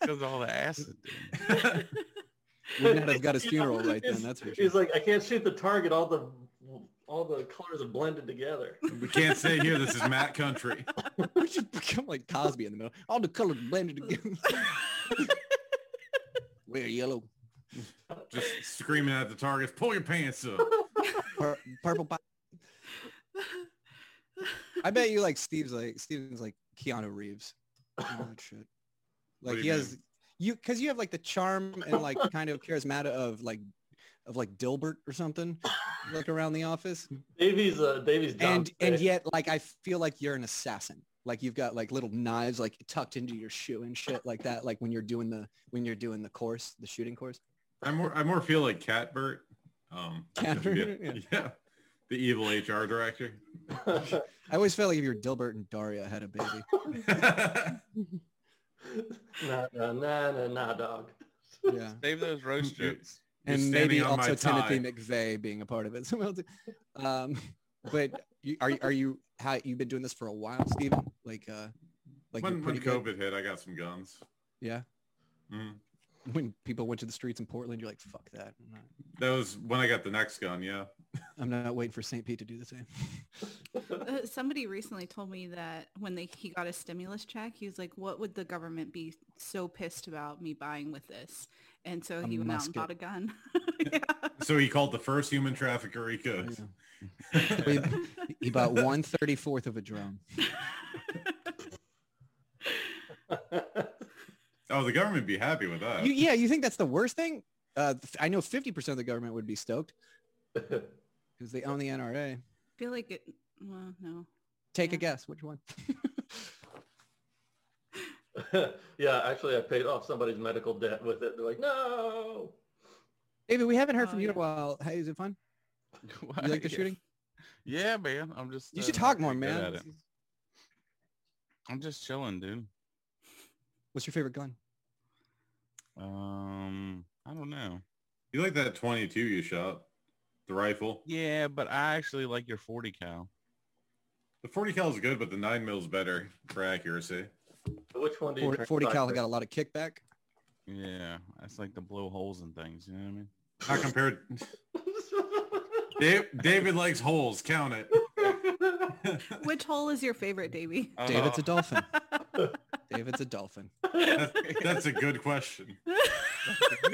Because all the
[laughs]
acid.
Would not have got
[laughs]
his
You know,
funeral right
it's-
then. That's for sure.
He's like, I can't shoot the target. All the all the colors are blended together. [laughs]
We can't stay here. This is Matt Country.
[laughs] We should become like Cosby in the middle. All the colors blended together. [laughs] Wear yellow,
Just screaming at the targets, pull your pants up.
pur- purple. Pie. I bet you like Steve's like Steven's like Keanu Reeves. Oh, shit.
What
Like
do
he
you
has you because you have like the charm and like kind of charismata of like of like Dilbert or something like around the office.
Davies, uh, Davies,
And
Johnson.
and yet like I feel like you're an assassin. Like you've got like little knives like tucked into your shoe and shit like that. Like when you're doing the when you're doing the course, the shooting course.
I more I more feel like Catbert. Um,
Catbert,
yeah,
yeah.
[laughs] yeah, the evil HR
[laughs]
director.
I always felt like if you're Dilbert and Daria had a baby.
[laughs] nah, nah, nah, nah, nah, dog. [laughs]
[laughs]
Yeah.
Save those roast [laughs] jokes.
You're
and
standing
maybe
on my
also Timothy
tie.
McVeigh being a part of it. [laughs] somehow, too. um, but you, are are you how you've been doing this for a while, Stephen? Like uh, like you're
when, when
pretty good?
COVID hit, I got some guns.
Yeah,
Mm.
when people went to the streets in Portland, you're like, fuck that. I'm not,
That was when I got the next gun. Yeah,
I'm not waiting for St. Pete to do the same. [laughs]
Uh, Somebody recently told me that when they, he got a stimulus check, he was like, what would the government be so pissed about me buying with this? And so
A
he went out
musket.
and bought a gun. [laughs] yeah.
so he called the first human trafficker he could.
Yeah.
[laughs]
We- he bought one thirty fourth of a drum.
Oh, the government would be happy with
Oh.
that.
You, yeah, you think that's the worst thing? Uh, I know fifty percent of the government would
[laughs]
be stoked because they own the NRA.
I feel like it, well, no.
Take a
Yeah.
guess, which one?
yeah, actually, I paid off somebody's medical debt with it. They're like, no.
David, we haven't heard
Oh,
from you in a
yeah.
while. Hey, is
[laughs]
it fun?
Why,
You like the
yeah.
shooting?
Yeah, man. I'm just.
You
uh,
should
not
talk more,
really good at
man.
it. I'm just chilling, dude.
What's your favorite gun?
Um, I don't know.
You like that 22 you shot, the rifle.
Yeah, but I actually like your 40 cal.
The 40 cal is good, but the 9 mil's better for accuracy.
[laughs]
Which one do you?
Forty,
turn
40 cal
back?
got a lot of kickback.
Yeah, that's like the blow holes and things. You know what I mean?
Not compared. Da- David likes holes. Count it.
Which hole is your favorite,
[laughs]
Davey?
David's a
Uh, [laughs]
dolphin. David's a dolphin.
That's, that's a good question.
Oh, [laughs]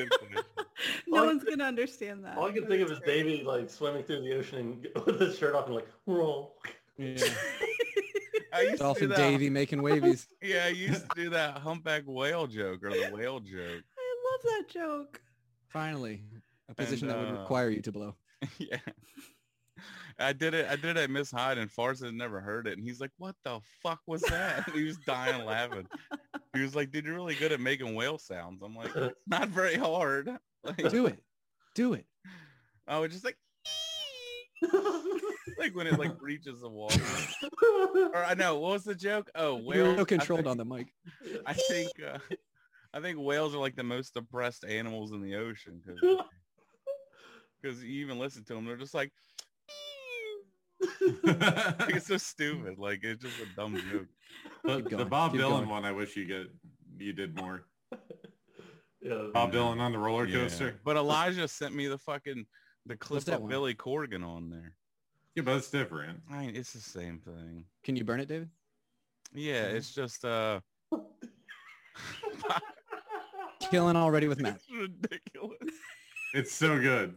no
I-
one's going to understand
[laughs]
that.
All I can think of is Davey like swimming through the ocean and [laughs] with his shirt off and like roll. [laughs]
Yeah.
I used to do
Dolphin
that-
Davy making
[laughs]
wavies.
Yeah, I used to do
[laughs]
that humpback whale joke or the whale joke.
I love that joke.
Finally, a position
And,
that would
uh,
require you to blow.
[laughs] yeah. I did it. I did it at Miss Hyde, and Farson had never heard it, and he's like, "What the fuck was that?" he was dying laughing. He was like, "Dude, you're really good at making whale sounds." I'm like, "It's not very hard." Like,
Do it. Do it.
I was just like, like when it like breaches the wall. or I know what was the joke? Oh,
You're
whale
no controlled on the mic.
I think uh, I think whales are like the most depressed animals in the ocean
[laughs]
because you even listen to them, they're just like,
[laughs]
like, it's so stupid. Like it's just a dumb joke.
The,
Keep
the
going,
Bob
keep
Dylan
going.
one, I wish you get you did more.
yeah.
Bob
Yeah.
Dylan on the roller
Yeah.
coaster. Yeah,
But Elijah sent me the fucking the clip
that
of
one?
Billy Corgan on there.
but it's different.
I mean, it's the same thing.
Can you burn it, David?
Yeah,
Mhm.
it's just uh
[laughs]
Killing already with
[laughs]
Matt.
it's ridiculous.
It's so good.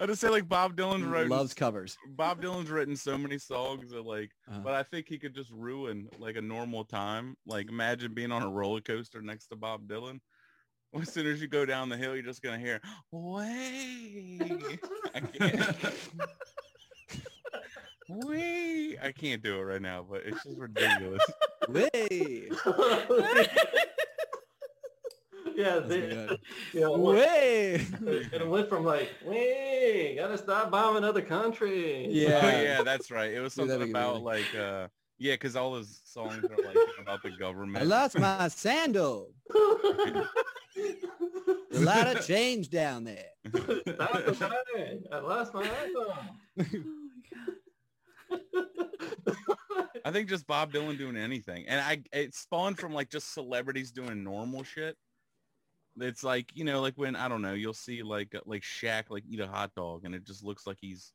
I just say like Bob
He
Dylan wrote
loves covers.
Bob Dylan's written so many songs that like,
Uh-huh.
but I think he could just ruin like a normal time. Like imagine being on a roller coaster next to Bob Dylan. [laughs] As soon as you go down the hill, you're just gonna hear, "Way, I can't, [laughs] way." I can't do it right now, but it's just ridiculous.
Way,
yeah,
That's
they,
good.
yeah, it went-
way.
it went from like, "Hey, gotta stop bombing other countries."
Oh,
[laughs] Yeah.
yeah, that's right. It was
Dude, that'd
something
be
about
really-
like, uh, yeah, because all his songs are like about the government.
I lost [laughs] my sandal. A lot of change down there.
[laughs] Stop the bag. I lost my iPhone. [laughs]
Oh my God.
I think just Bob Dylan doing anything, and I it spawned from like just celebrities doing normal shit. It's like you know, like when I don't know, you'll see like uh, like Shaq like eat a hot dog, and it just looks like he's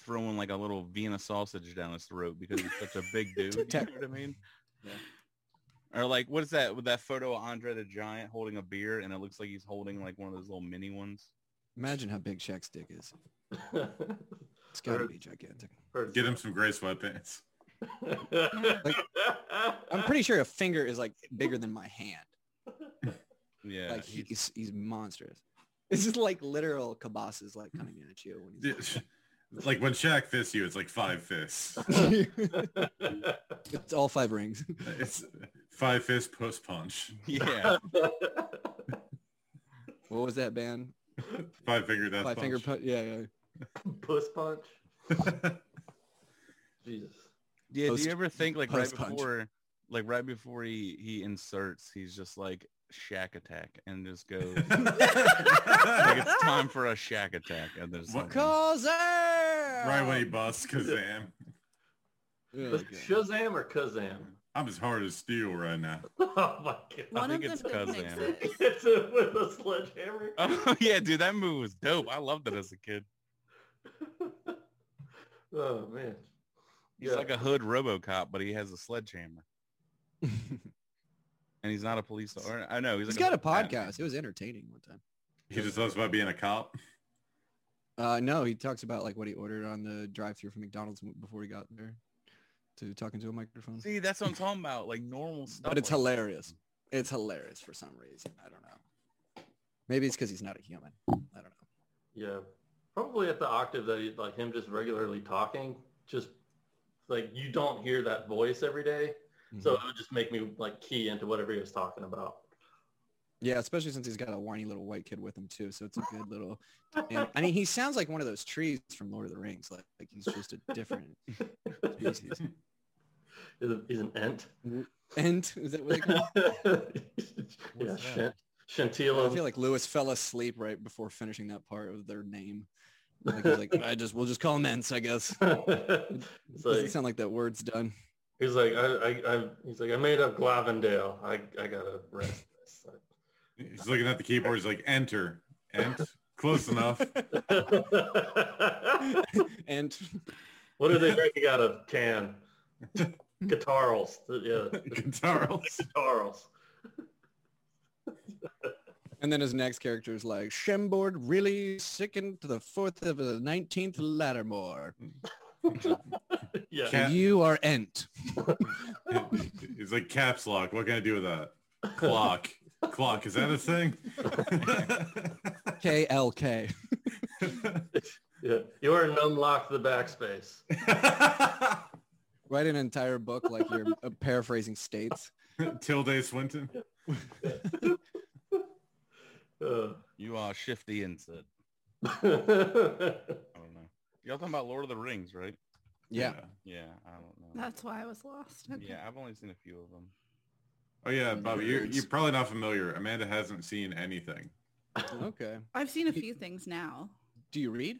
throwing like a little Vienna sausage down his throat because he's such a big dude. You know what I mean? Or like, what is that with that photo of Andre the Giant holding a beer, and it looks like he's holding like one of those little mini ones.
Imagine how big Shaq's dick is. It's got to be gigantic.
Heard
Get him some gray sweatpants. [laughs]
that.
I'm pretty sure a finger is like bigger than my hand.
Yeah,
Like he's he's monstrous. It's just like literal kabosses like coming at you when he's
Like when Shaq fists you, it's like five fists.
[laughs]
it's all five rings.
It's five fist puss punch.
[laughs] yeah.
What was that band?
Five finger death
five
punch.
finger put. Yeah, yeah.
Puss punch. [laughs] Jesus.
Yeah,
Post-
do you ever think like right
post punch.
before, like right before he he inserts, he's just like shack attack and just
[laughs]
goes
[laughs]
like it's time for a shack attack and there's
What-
something-
Cause
right when he
Um,
busts Kazam.
[laughs]
Shazam or Kazam?
I'm as hard as steel right now.
[laughs] Oh my god.
One of
think
them
it's
doesn't
Kazam.
exist.
It's a, with a sledgehammer.
[laughs] Oh yeah, dude, that move was dope. I loved it as a kid.
[laughs] oh man.
He's like a hood RoboCop, but he has a sledgehammer, and he's not a police. Or I know he's,
He's
like
got a
hood Batman.
podcast. It was entertaining one time.
He just talks about being a cop.
Uh, no, he talks about like what he ordered on the drive-through from McDonald's before he got there, to talking to a microphone.
See, that's what I'm talking about, like normal stuff.
But it's
like-
hilarious. It's hilarious for some reason. I don't know. Maybe it's because he's not a human. I don't know.
Yeah, probably at the octave that he, like him just regularly talking, just like you don't hear that voice every day. So
Mm-hmm.
it would just make me like key into whatever he was talking about.
Yeah, especially since he's got a whiny little white kid with him too. So it's a good little. And, I mean, he sounds like one of those trees from Lord of the Rings. Like, like he's just a different species.
He's a- he's an ent.
And
[laughs]
is that what they call? it?
yeah,
What's
shant,
that?
I
Chantillo.
feel like Lewis fell asleep right before finishing that part of their name. Like, he's like I just we'll just call him Ents, I guess.
[laughs] it's
Doesn't
like,
sound like that word's done.
he's like I, I, I he's like I made up Glavendale. I, I gotta rest. this.
He's looking at the keyboard. He's like, enter. Ent. Close
[laughs]
enough.
And
[laughs] what are they drinking out of
[laughs]
can? Guitarles. Yeah, [laughs]
Guitarals.
Charles.
and then his next character is like Shembord really sickened to the fourth of the nineteenth Lattermore.
Yeah.
Cat-
You are Ent.
[laughs] He's like, caps lock. What can I do with that? Clock. Clock. Is that a thing? [laughs]
K L K. [laughs]
yeah. You are numlock the backspace.
Write an entire book like you're uh, paraphrasing states.
Tilde Swinton.
Uh, [laughs]
You are shifty insert. I don't know. Y'all talking about Lord of the Rings, right?
Yeah.
Yeah, I don't know.
That's why I was lost. Okay.
yeah, I've only seen a few of them.
Oh yeah, Bobby, you're, you're probably not familiar. Amanda hasn't seen anything.
Okay.
I've seen a few things now.
Do you read?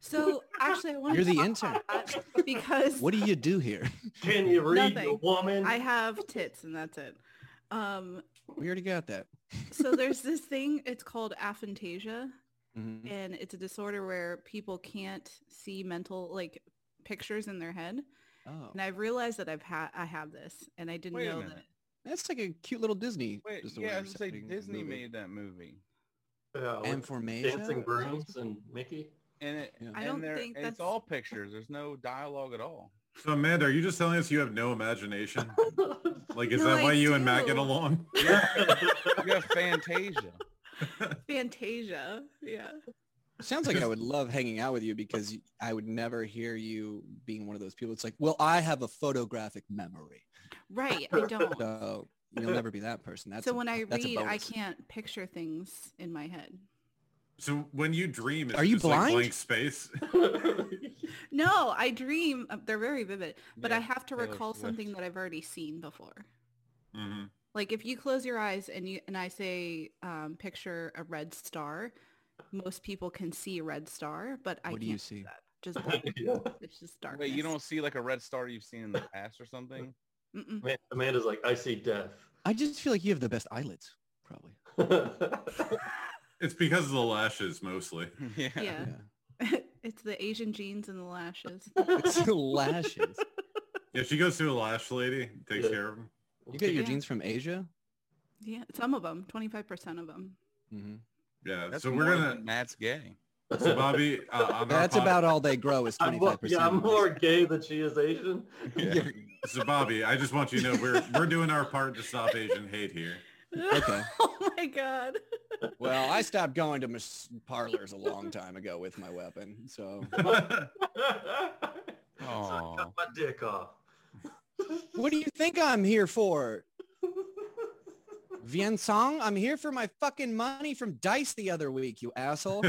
So actually, I want
You're
to
the
talk about that because
What do you do here? [laughs]
Can you read, you
Nothing.
woman?
I have tits and that's it. Um,
We already got that.
so there's this thing. It's called aphantasia,
Mm.
Mhm.
and it's a disorder where people can't see mental like pictures in their head.
Oh,
And I've realized that I've had I have this, and I didn't
Wait a
know
minute.
that.
that's like a cute little Disney.
Wait,
just a
yeah, I
weird
was gonna say
setting
Disney
movie.
made that movie,
yeah, with
Information.
dancing brooms and Mickey. [laughs]
and it
Yeah.
I
and
don't
there-
think
and it's
that's-
all pictures. There's no dialogue at
[laughs]
all.
So Amanda, are you just telling us you have no imagination? Like, is
No,
that
I
why you and Matt
do.
get along?
You have Fantasia.
Fantasia, yeah.
[laughs]
Sounds [laughs] like I would love hanging out with you because y- I would never hear you being one of those people. It's like, well, I have a photographic memory.
Right, I don't.
So you'll never be that person. That's
so
a-
when I
that's a
read, I
bonus.
can't picture things in my head.
So when you dream, it's
Are you
just like
blind?
blank space.
No, I dream. uh, They're very vivid, but I
Yeah,
have to
Taylor
recall
Swift.
something that I've already seen before.
hmm
Like if you close your eyes and you and I say um, picture a red star, most people can see a red star, but I
What
can't
do you see?
that.
[laughs]
Just black.
Yeah.
it's just darkness.
Wait, you don't see like a red star you've seen in the past or
[laughs]
something? [laughs]
Mm-mm.
Man- Amanda's like, I see death.
I just feel like you have the best eyelids, probably.
It's because of the lashes mostly.
yeah.
Yeah,
Yeah.
[laughs] it's the Asian jeans and the lashes.
It's the [laughs] lashes.
Yeah, she goes to a lash lady, takes
Yeah.
care of them.
You get
[laughs]
your
Yeah.
jeans from Asia?
Yeah, some of them, twenty five percent of them.
hmm
Yeah.
That's
so we're
more
gonna,
than Matt's
[laughs]
gay.
so Bobby, uh, on our
That's
pod-
about all they grow is
[laughs] I'm more,
25%.
yeah, I'm more gay than she is Asian. [laughs]
Yeah.
So Bobby, I just want you to know we're we're doing our part to stop Asian hate
[laughs]
here.
Okay.
[laughs] oh my god.
Well, I stopped going to mis- parlors a long time ago with my weapon. So
So I cut
Oh,
my dick off.
what do you think I'm here for? Vien Song, I'm here for my fucking money from Dice the other week, you asshole.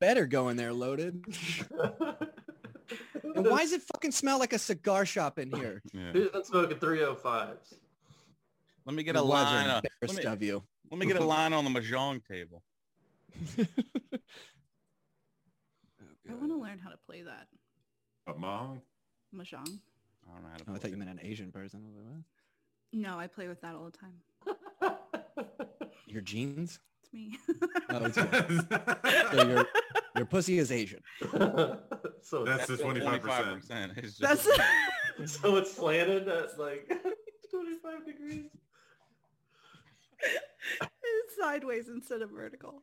Better go in there loaded. [laughs] And
[laughs]
why does it fucking smell like a cigar shop in here?
yeah.
Who's been smoking 305s?
Let me get
Your
a
wives are
line. on- Let
embarrassed
me,
of
[laughs]
you.
let me get a line on the mahjong table.
Oh,
Oh,
I want to learn how to play that
But mom,
mahjong.
I don't know how to.
Oh, I
play
thought you meant an Asian person. I was like, what?
No, I play with that all the time.
Your jeans?
It's [laughs] me.
Oh, it's you. so your, your pussy is Asian.
[laughs] so
That's the
it.
25%.
It's just,
[laughs]
That's
so it's slanted at like [laughs] 25 degrees.
[laughs] it's sideways instead of vertical.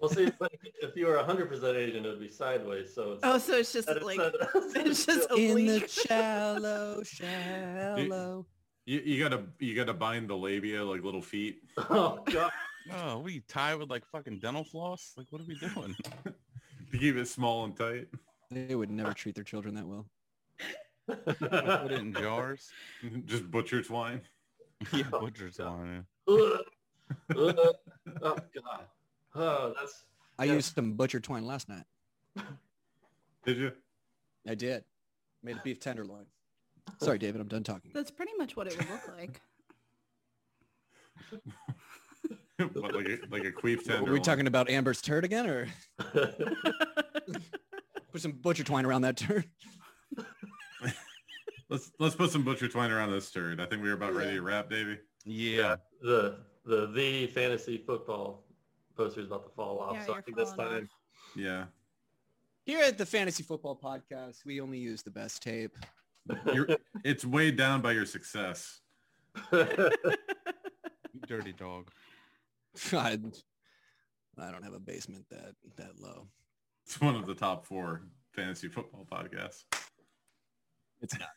Well, see, it's like if you were 100% Asian, it would be sideways. So it's
Oh, so it's just
that it's
like
not-
[laughs] it's
[laughs]
just a
In the
leak. [laughs]
shallow, shallow.
[laughs] you, you gotta you gotta bind the labia like little feet.
oh
[laughs]
god.
oh, we tie with like fucking dental floss. Like, what are we
[laughs]
doing?
to keep it small and tight. [laughs]
They would never treat their children that well.
Put it in jars.
Just butcher twine.
Yeah, [laughs] butcher's line.
Ugh. Ugh. oh god. Oh, that's [laughs]
I
Yeah.
used some butcher twine last night.
Did you? [laughs]
I did. Made a beef tenderloin. Sorry, David. I'm done talking.
That's pretty much what it would look like.
What, like a like a queef
Are
tender.
we talking about Amber's turd again, or [laughs] put some butcher twine around that turd?
Let's let's put some butcher twine around this turd. I think we are about ready to wrap, Davey.
Yeah.
the the the fantasy football poster is about to fall off.
yeah,
so I
you're
think this
falling
time
off.
Yeah.
Here at the Fantasy Football Podcast, we only use the best tape. [laughs]
You're, it's weighed down by your success.
you Dirty dog.
I, I don't have a basement that that low.
It's one of the top four fantasy football podcasts.
It's not.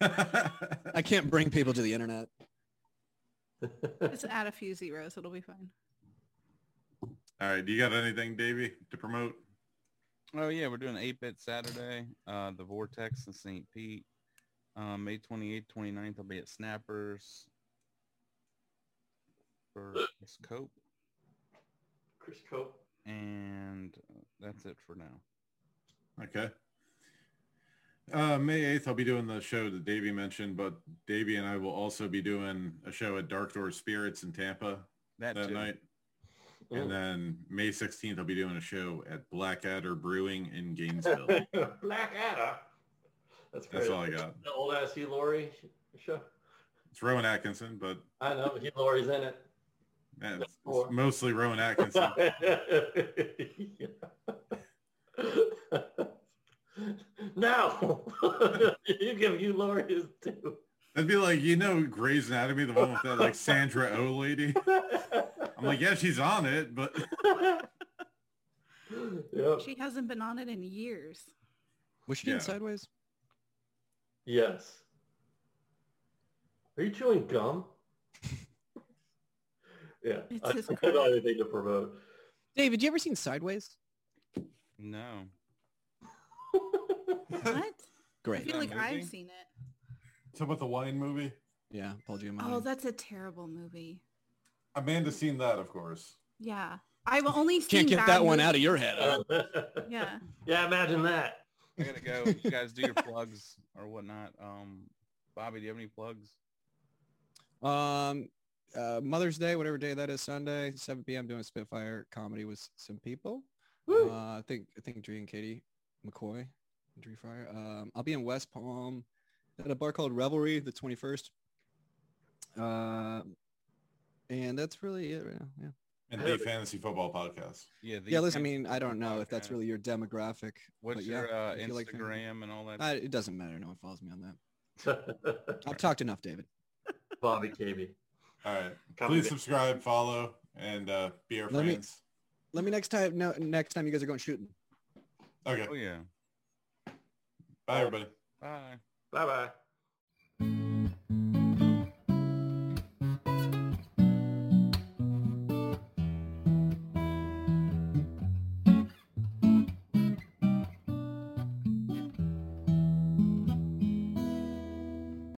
I
I can't bring people to the internet.
Just add a few zeros. It'll be fine.
[laughs] All right. Do you got anything, Davey, to promote?
Oh yeah, we're doing 8-bit Saturday, uh, the Vortex in St. Pete. Um, May 28th, 29th, I'll be at Snappers for Miss Cope.
[laughs] Chris Cope.
And that's it for now.
Okay. Uh, May 8th, I'll be doing the show that Davey mentioned, but Davey and I will also be doing a show at Dark Door Spirits in Tampa
That,
that
too.
night.
Ooh.
And then May 16th, I'll be doing a show at Blackadder Brewing in
[laughs]
Gainesville.
Blackadder. That's great.
That's all I got.
The old ass Hugh Laurie show.
It's Rowan Atkinson, but
I know Hugh Laurie's in it.
man, it's,
Or-
it's mostly Rowan [laughs] Atkinson.
[laughs] now you give Hugh Laurie his due.
That'd be like, you know, Grey's Anatomy, the one with that like Sandra O oh lady. I'm like, yeah, she's on it, but
[laughs]
Oh.
Yep.
She hasn't been on it
[laughs]
in years.
Was she
Yeah.
in Sideways?
Yes. Are you chewing gum? [laughs] yeah.
It's
I,
his
I don't have anything to promote. [laughs]
David, you ever seen Sideways?
No.
What? I
Great.
feel like
That
I've
movie?
seen it.
[laughs] talk about the wine movie.
Yeah, Paul Giamatti.
Oh, that's a terrible movie.
Amanda's seen that, of course.
Yeah. I've only seen
Can't get
bad
that one
movies.
out of your head. huh?
Yeah.
yeah, imagine that.
I gotta go. You guys do your plugs or whatnot. Um, Bobby, do you have any plugs?
Um, uh, Mother's Day, whatever day that is, Sunday, 7 p.m. doing Spitfire comedy with s- some people.
Woo.
Uh, I think I think Dree and Katie McCoy, Dree Fryer. Um, I'll be in West Palm at a bar called Revelry the 21st. Uh, and that's really it right now. Yeah.
And the fantasy football podcast.
Yeah. The
yeah, listen, I mean, I don't know if that's
Okay.
really your demographic.
what's
but yeah,
your uh,
if you like-
Instagram and all that?
I, it doesn't matter. No one follows me on that. I've talked enough, David.
[laughs] Bobby KB.
All right.
Copy
Please
that.
subscribe, follow, and uh, be our
Let me-
friends.
Let me next time. No, next time you guys are going shooting.
Okay.
oh yeah.
Bye, everybody.
Bye.
Bye bye.